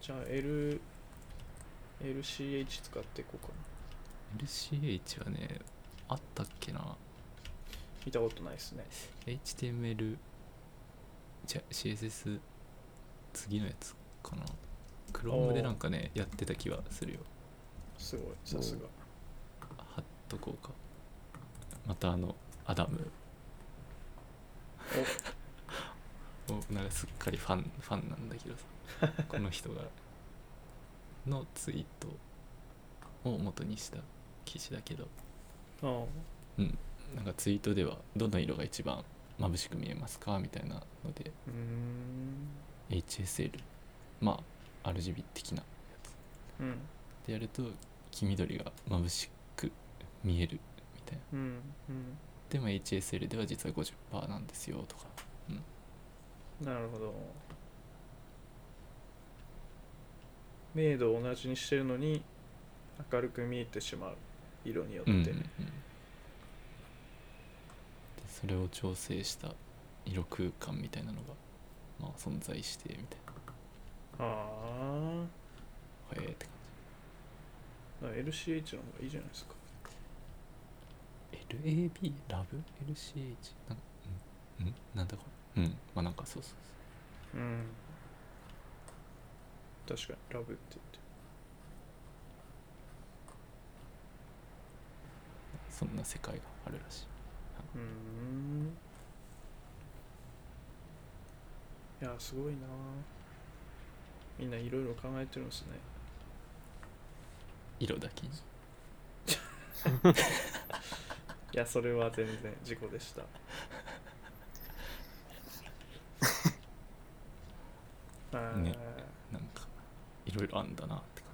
じゃあ L LCH 使っていこうかな
LCH はねあったっけな
見たことないですね
HTML じゃ CSS 次のやつかな Chrome でなんかねやってた気はするよ
すごいさすが
貼っとこうかまたあのアダム おなんかすっかりファンファンなんだけどさこの人がのツイートを元にした記事だけど
あー
なんかツイートではどの色が一番眩しく見えますかみたいなので
うーん
HSL まあ RGB 的な
うん
でやると黄緑が眩しく見えるみたいな
うんうん
でも HSL では実は50%なんですよとか
なるほど明度を同じにしてるのに明るく見えてしまう色によって、
うんうんうんでそれを調整した色空間みたいなのがまあ、存在してみたい
あ
なへえって感
あ LCH の方がいいじゃないですか
じ LAB ラブ LCH なんうんうんなんだこれうんまあなんかそうそう
うん確かにラブって言って
そうそんな世界があるらしい
うんいやすごいなみんないろいろ考えてるんですね
色だけに
いやそれは全然事故でした あー
ねなんかいろいろあんだなって感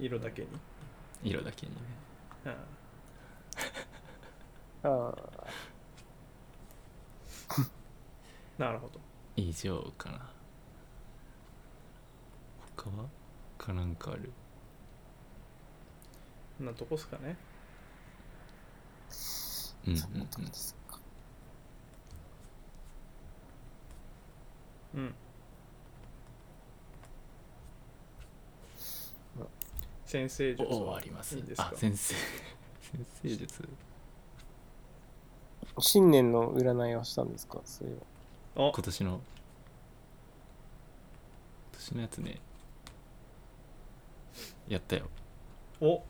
色だけに
じ色だけにね
あー
あ
なるほど
以上かな他は他なんかある
こんなとこっすかね
うんうん
そんなと
う
こ
ん
ですか。
うん先生術
お
は
おあります
いいんですか
あ先生先生術
新年の占いをしたんですかそういう
お
今年の今年のやつねやったよ
お
お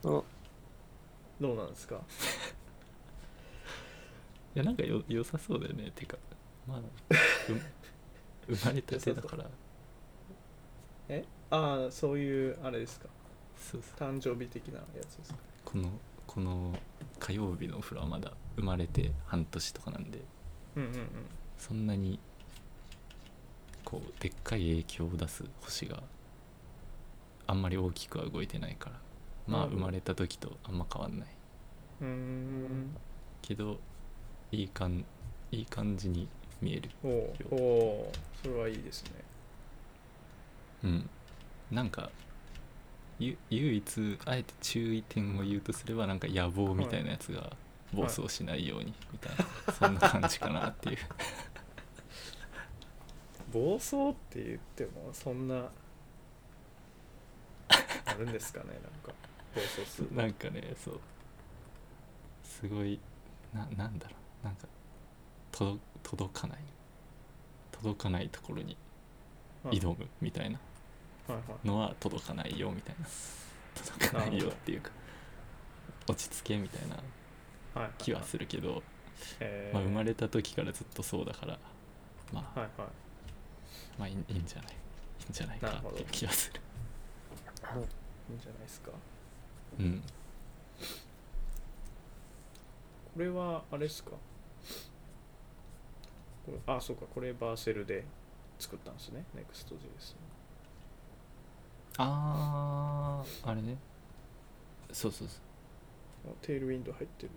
どうなんですか
いやなんかよ良さそうだよねてかまだ、う 生まれたてだから
ああそういうあれですか
そうそう
誕生日的なやつですか
このこの火曜日のお風呂はまだ生まれて半年とかなんで
うんうんうん
そんなにこうでっかい影響を出す星があんまり大きくは動いてないからまあ
うん
生まれた時とあんま変わんないう
ーん
けどいい感いい感じに見える
おおおおそれはいいですね
うんなんかゆ唯一あえて注意点を言うとすればなんか野望みたいなやつが暴走しないようにみたいな、そんな感じかなっていう
暴走って言ってもそんなあるんですかねなん か暴走する
なんかねそうすごいななんだろうなんか届届かない届かないところに
はい
挑むみたいな
はいはい
のは届かないよみ たいな届かないよっていうか落ち着けみたいな
はいはい
気はするけど、
えー
まあ、生まれた時からずっとそうだからまあ、
はいは
まあいいいいんじゃないいいんじゃないかなっていう気がする
いいいんじゃないですか
うん
これはあれですかこれあそうかこれバーセルで作ったんですね NEXTJS
あーあれねそうそうそう
のテールウィンド入ってる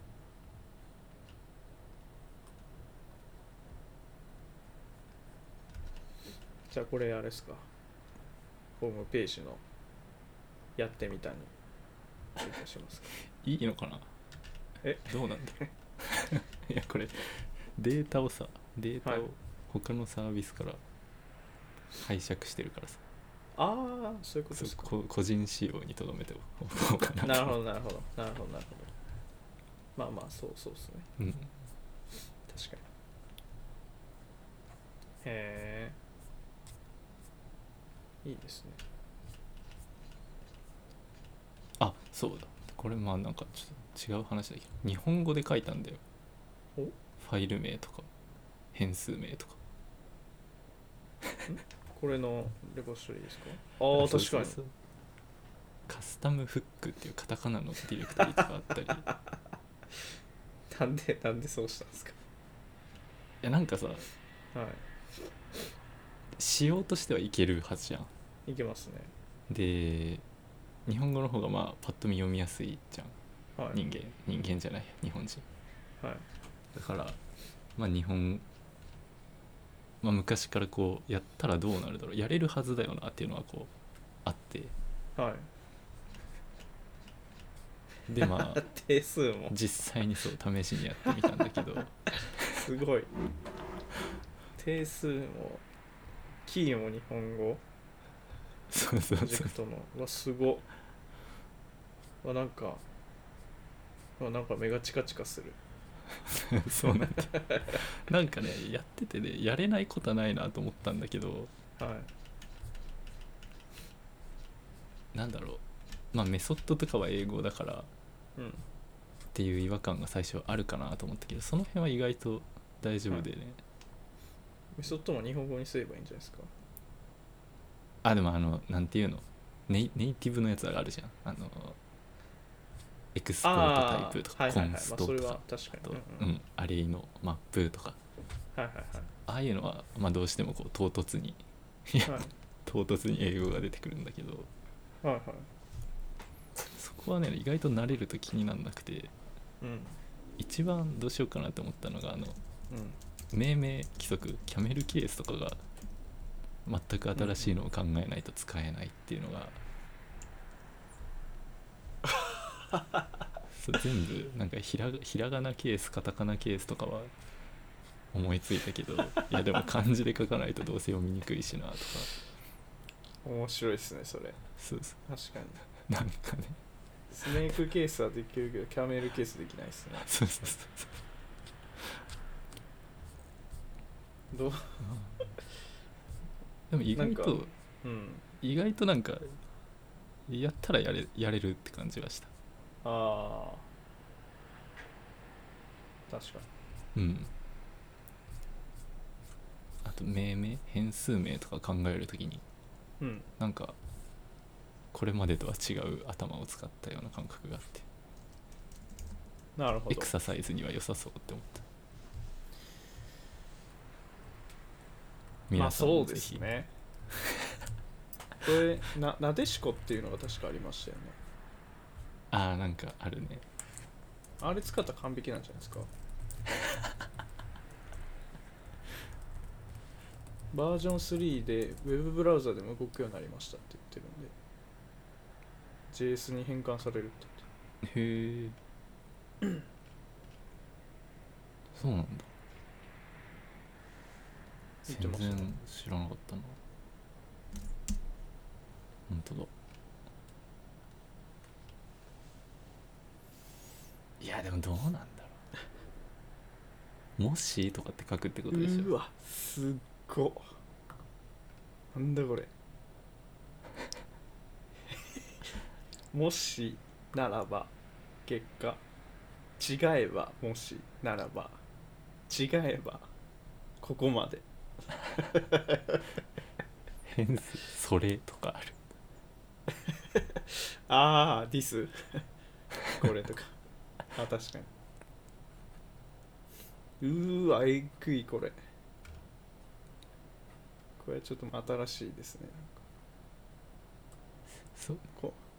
じゃあこれあれですかホームページのやってみたに追加しますか
いいのかな
え
どうなんだ ろういやこれデータをさデ ータ
はい
を他のサービスから拝借してるからさ、
ああそういうことです
そ
か
こ個人仕様にとどめておこうか なと
なるほどなるほどなるほどなるほどまあまあそうそうですね
うん、
確かにへえいいですね
あそうだこれまあなんかちょっと違う話だけど日本語で書いたんだよ
お
ファイル名とか変数名とか
これのレポストリーですかああ
そう
確
そ
か
う
に
そうカスタムフックっていうカタカナのディレクトリとかあったり い
なんでなんでそうしたんですか
やなんかさ
は
仕様としてはいけるはずじゃん
いいけますね
で日本語の方がまあパッと見読みやすいじゃん
はい
人間人間じゃない日本人
はい
だからまあ日本まあ昔からこうやったらどうなるだろうやれるはずだよなっていうのはこうあって
はい
でま あ
定数も
実際にそう試しにやってみたんだけど
すごい定数もきいよ日本 語
そうそう
プロジ
そ
ェ
う
クトのうわすごうわなんかうわなんか目がチカチカする
そうなんだなんかねやっててねやれないことはないなと思ったんだけど
はい
なんだろうまあメソッドとかは英語だから
うん
っていう違和感が最初あるかなと思ったけどその辺は意外と大丈夫でね、
メソッドも日本語にすればいいんじゃないですか
あでもあのなんていうのネイネイティブのやつあるじゃんあのエクスポートタイプと
あ
か
ーはいはいはい
コン
まあ
スト
それ
とか
は確か
あと
に、う
う
んうん
んアレイのマップとか
はいはいはい
ああいうのは、まあ、どうしてもこう唐突に
はい
唐突に英語が出てくるんだけど
はいはい。
そこはね意外と慣れると気になんなくて
うん。
一番どうしようかなと思ったのがあの
うん。
命名規則キャメルケースとかが全く新しいのを考えないと使えないっていうのが、そう全部なんかひらがひらがなケースカタカナケースとかは思いついたけどいやでも漢字で書かないとどうせ読みにくいしなとか
面白いですね、それ。
そうそ
確かに。
うなんかね
スネークケースはできるけど、キャメルケースできないですね。
そうそうそうそ
ど
う
う
でも意外
なん
と
かうん。
意外となんかやったらやれやれるって感じはした
ああ。確か
うんあと命名変数名とか考えるときに
に。うん。
なんかこれまでとは違う頭を使ったような感覚があって
なるほ
エ
ど
ク。ササイズには良さそうって思った
ま
皆
あ、
さんも
そう
ぜ
で
ひ、
すね。 これ、な、なでしこっていうのが確かありましたよね。
ああなんかあるね
あれ使ったら完璧なんじゃないですか。バージョン3でウェブブラウザでも動くようになりましたって言ってるんで JS に変換されるって言って
へえそうなんだ
言って
全
ましたね
然知らなかったな本当だいやでもどうなんだろうもしとかって書くってことでし
う
ょ
わすっごなんだこれ もしならば結果違えばもしならば違えばここまで
変数それとかある
ああディス これとかあ確かにうーわえぐいこれこれちょっと新しいですね
そう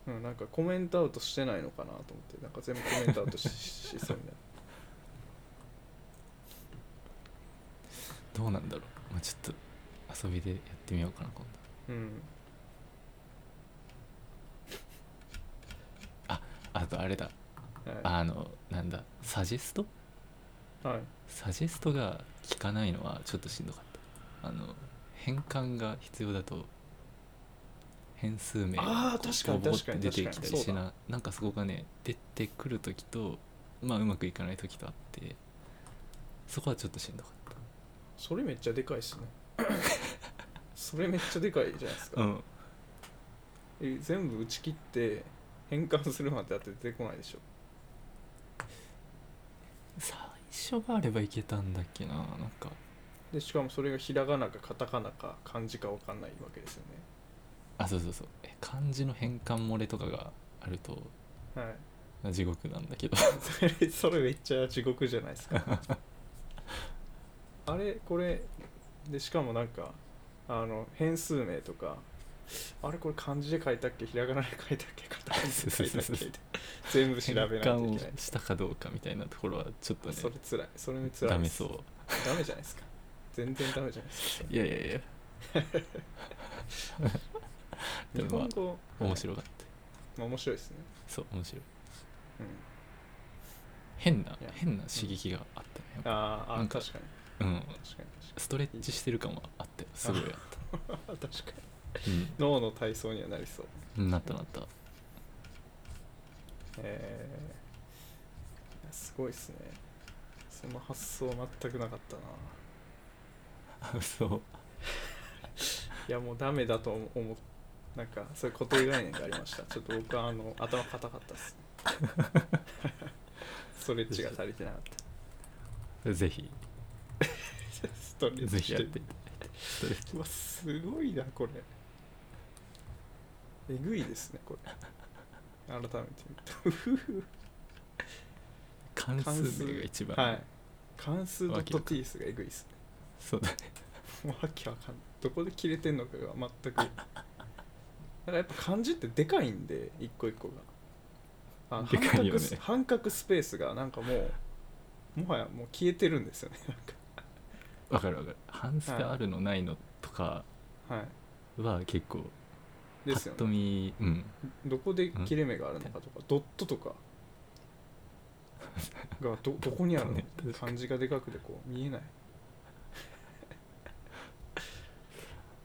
うん、なんかコメントアウトしてないのかなと思ってなんか全部コメントアウトししそうになる
どうなんだろう、まあ、ちょっと遊びでやってみようかな今度
うん
あとあれだ
は
あのなんだサジェスト
い、はい、
サジェストが効かないのはちょっとしんどかったあの変換が必要だと変数名
あー
こ
確かに
うボボボ
確かに
って出てきたり
確か
し
に
ななんかそこがね出てくる時とまあうまくいかない時とあってそこはちょっとしんどかっ
それめっちゃでかいっす ねそれめっちゃでかいじゃないです
た
か、
うん
え全部打ち切って変換するまでだって出てこないでしょ
最初があればいけたんだっけななんか
でしかもそれがひらがなかカタカナか漢字かわかんないわけですよ
あそうそうそうえ漢字の変換漏れとかがあると
ねはい
地獄なんだけど
それそれめっちゃ地獄じゃないです かあれこれでしかもなんかあの変数名とかあれこれ漢字で書いたっけひらがなで書いたっけカタカナで書いたっけって全 部調
変
べないといけない
換をしたかどうかみたいなところはちょっとね
それつらいそれもつらい
ダメ
です
そう
ダメじゃないですか全然ダメじゃないですか
いやいやいや
日
でもま
本
あ
語
面白かった
まあ面白いですね
そう面白い
うん
変ない
や
変な刺激があったね
あーあ
なん
ー
か
確かに
うん
確かに確かに
ストレッチしてる感はあったよすごいあっ
確かに脳の体操にはなりそう
うん、なったなった
えーすごいっすねその発想全くなかったな
あ そう
いやもうダメだと思思うなんかそういう固定概念がありましたちょっと僕はあの頭固かったっすストレッチが足りてなかった
ぜひ
ストレッ
ぜ
チ
ひやっていただいてストレッチ
うわすごいなこれえぐいですねこれ改めて見る
関数名が一
と
番、
はい関数
わけわかん
.t スがえぐいっす
そうだね
ねもうわけわかんないどこで切れてんのかが全くだからやっぱ漢字ってでかいんで一個一個があ
でかい
半
よね
角ス半角スペースがなんかもうもはやもう消えてるんですよねなん
わかるわかる半数あるのないのとか
かはい
は結構パ
です
ッ
よ
と
ね
見、うん
どこで切れ目があるのかとかドットとかがどどこにあるの
ね確か
漢字がでかくてこう見え ない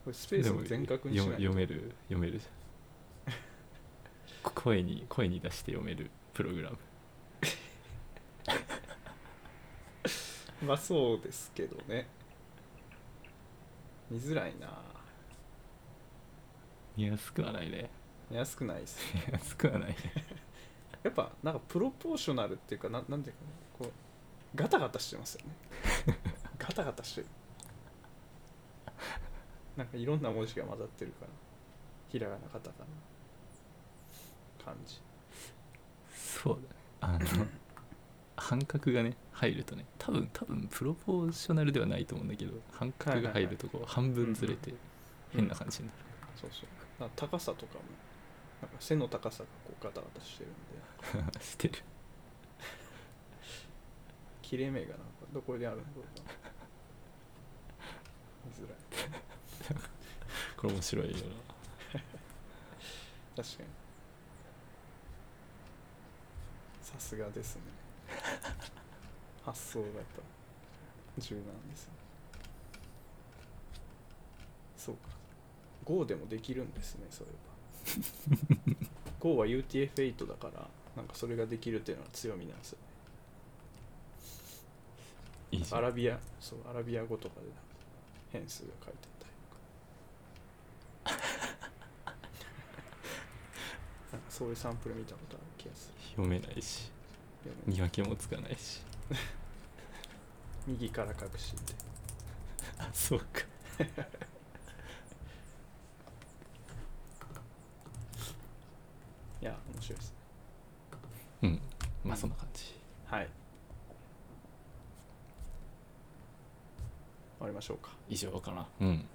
これスペースも全角にしない
でも読読める読める声に声に出して読めるプログラム
まあそうですけどね見づらいな
見やすくはないね
見やすくないですね
見やすくはないね
やっぱなんかプロポーショナルっていうかなんなんていうかねこうガタガタしてますよねガタガタしてるなんかいろんな文字が混ざってるからひらがなカタカナ漢字
そうだねあの半角がね入るとね多分多分プロポーショナルではないと思うんだけど半角が入るとこう半分ずれて変な感じになる、
そうそうなんか高さとかもなんか背の高さがこうガタガタしてるんで
してる
切れ目がなんかどこであるのか見づらい
これ面白い よな
確かにさすがですね 発想がやっぱ柔軟ですねそうか Go でもできるんですねそうい えば Go は UTF-8 だからなんかそれができるっていうのは強みなんですよね
いいじゃ
ア
ん
ラビアそうアラビア語とかでなんか変数が書いてあったりとか なんかそういうサンプル見たことある気がする
読めないし
読めない
見分けもつかないし
右から隠して
あそうか
いや面白いですね
うんまあそんな感じ
はい終わりましょうか
以上かなうん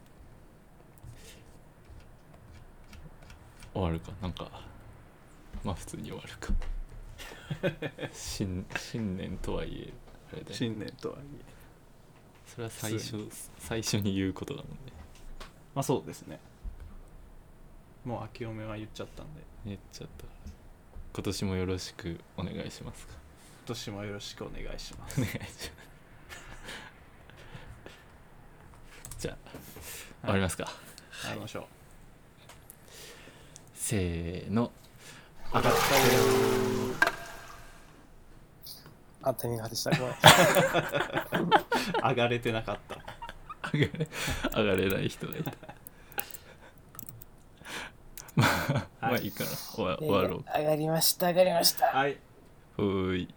終わるかなんかまあ普通に終わ るか新新年とはいえあれだよね
新年とはいえ
それは最初最初に言うことだもんね
まあそうですねもう明けおめは言っちゃったんで
言っちゃった今年もよろしくお願いし ますか
今年もよろしくお願いします
お願いしますじゃあ、終わりますか
会いましょう
せー の
上がったよ
あタイミング外したごめん
上がれてなかった
上がれ上がれない人がいたまあ、
はい
まあいいかな終わ終わろ
上がりました上がりました
はい。
うほーい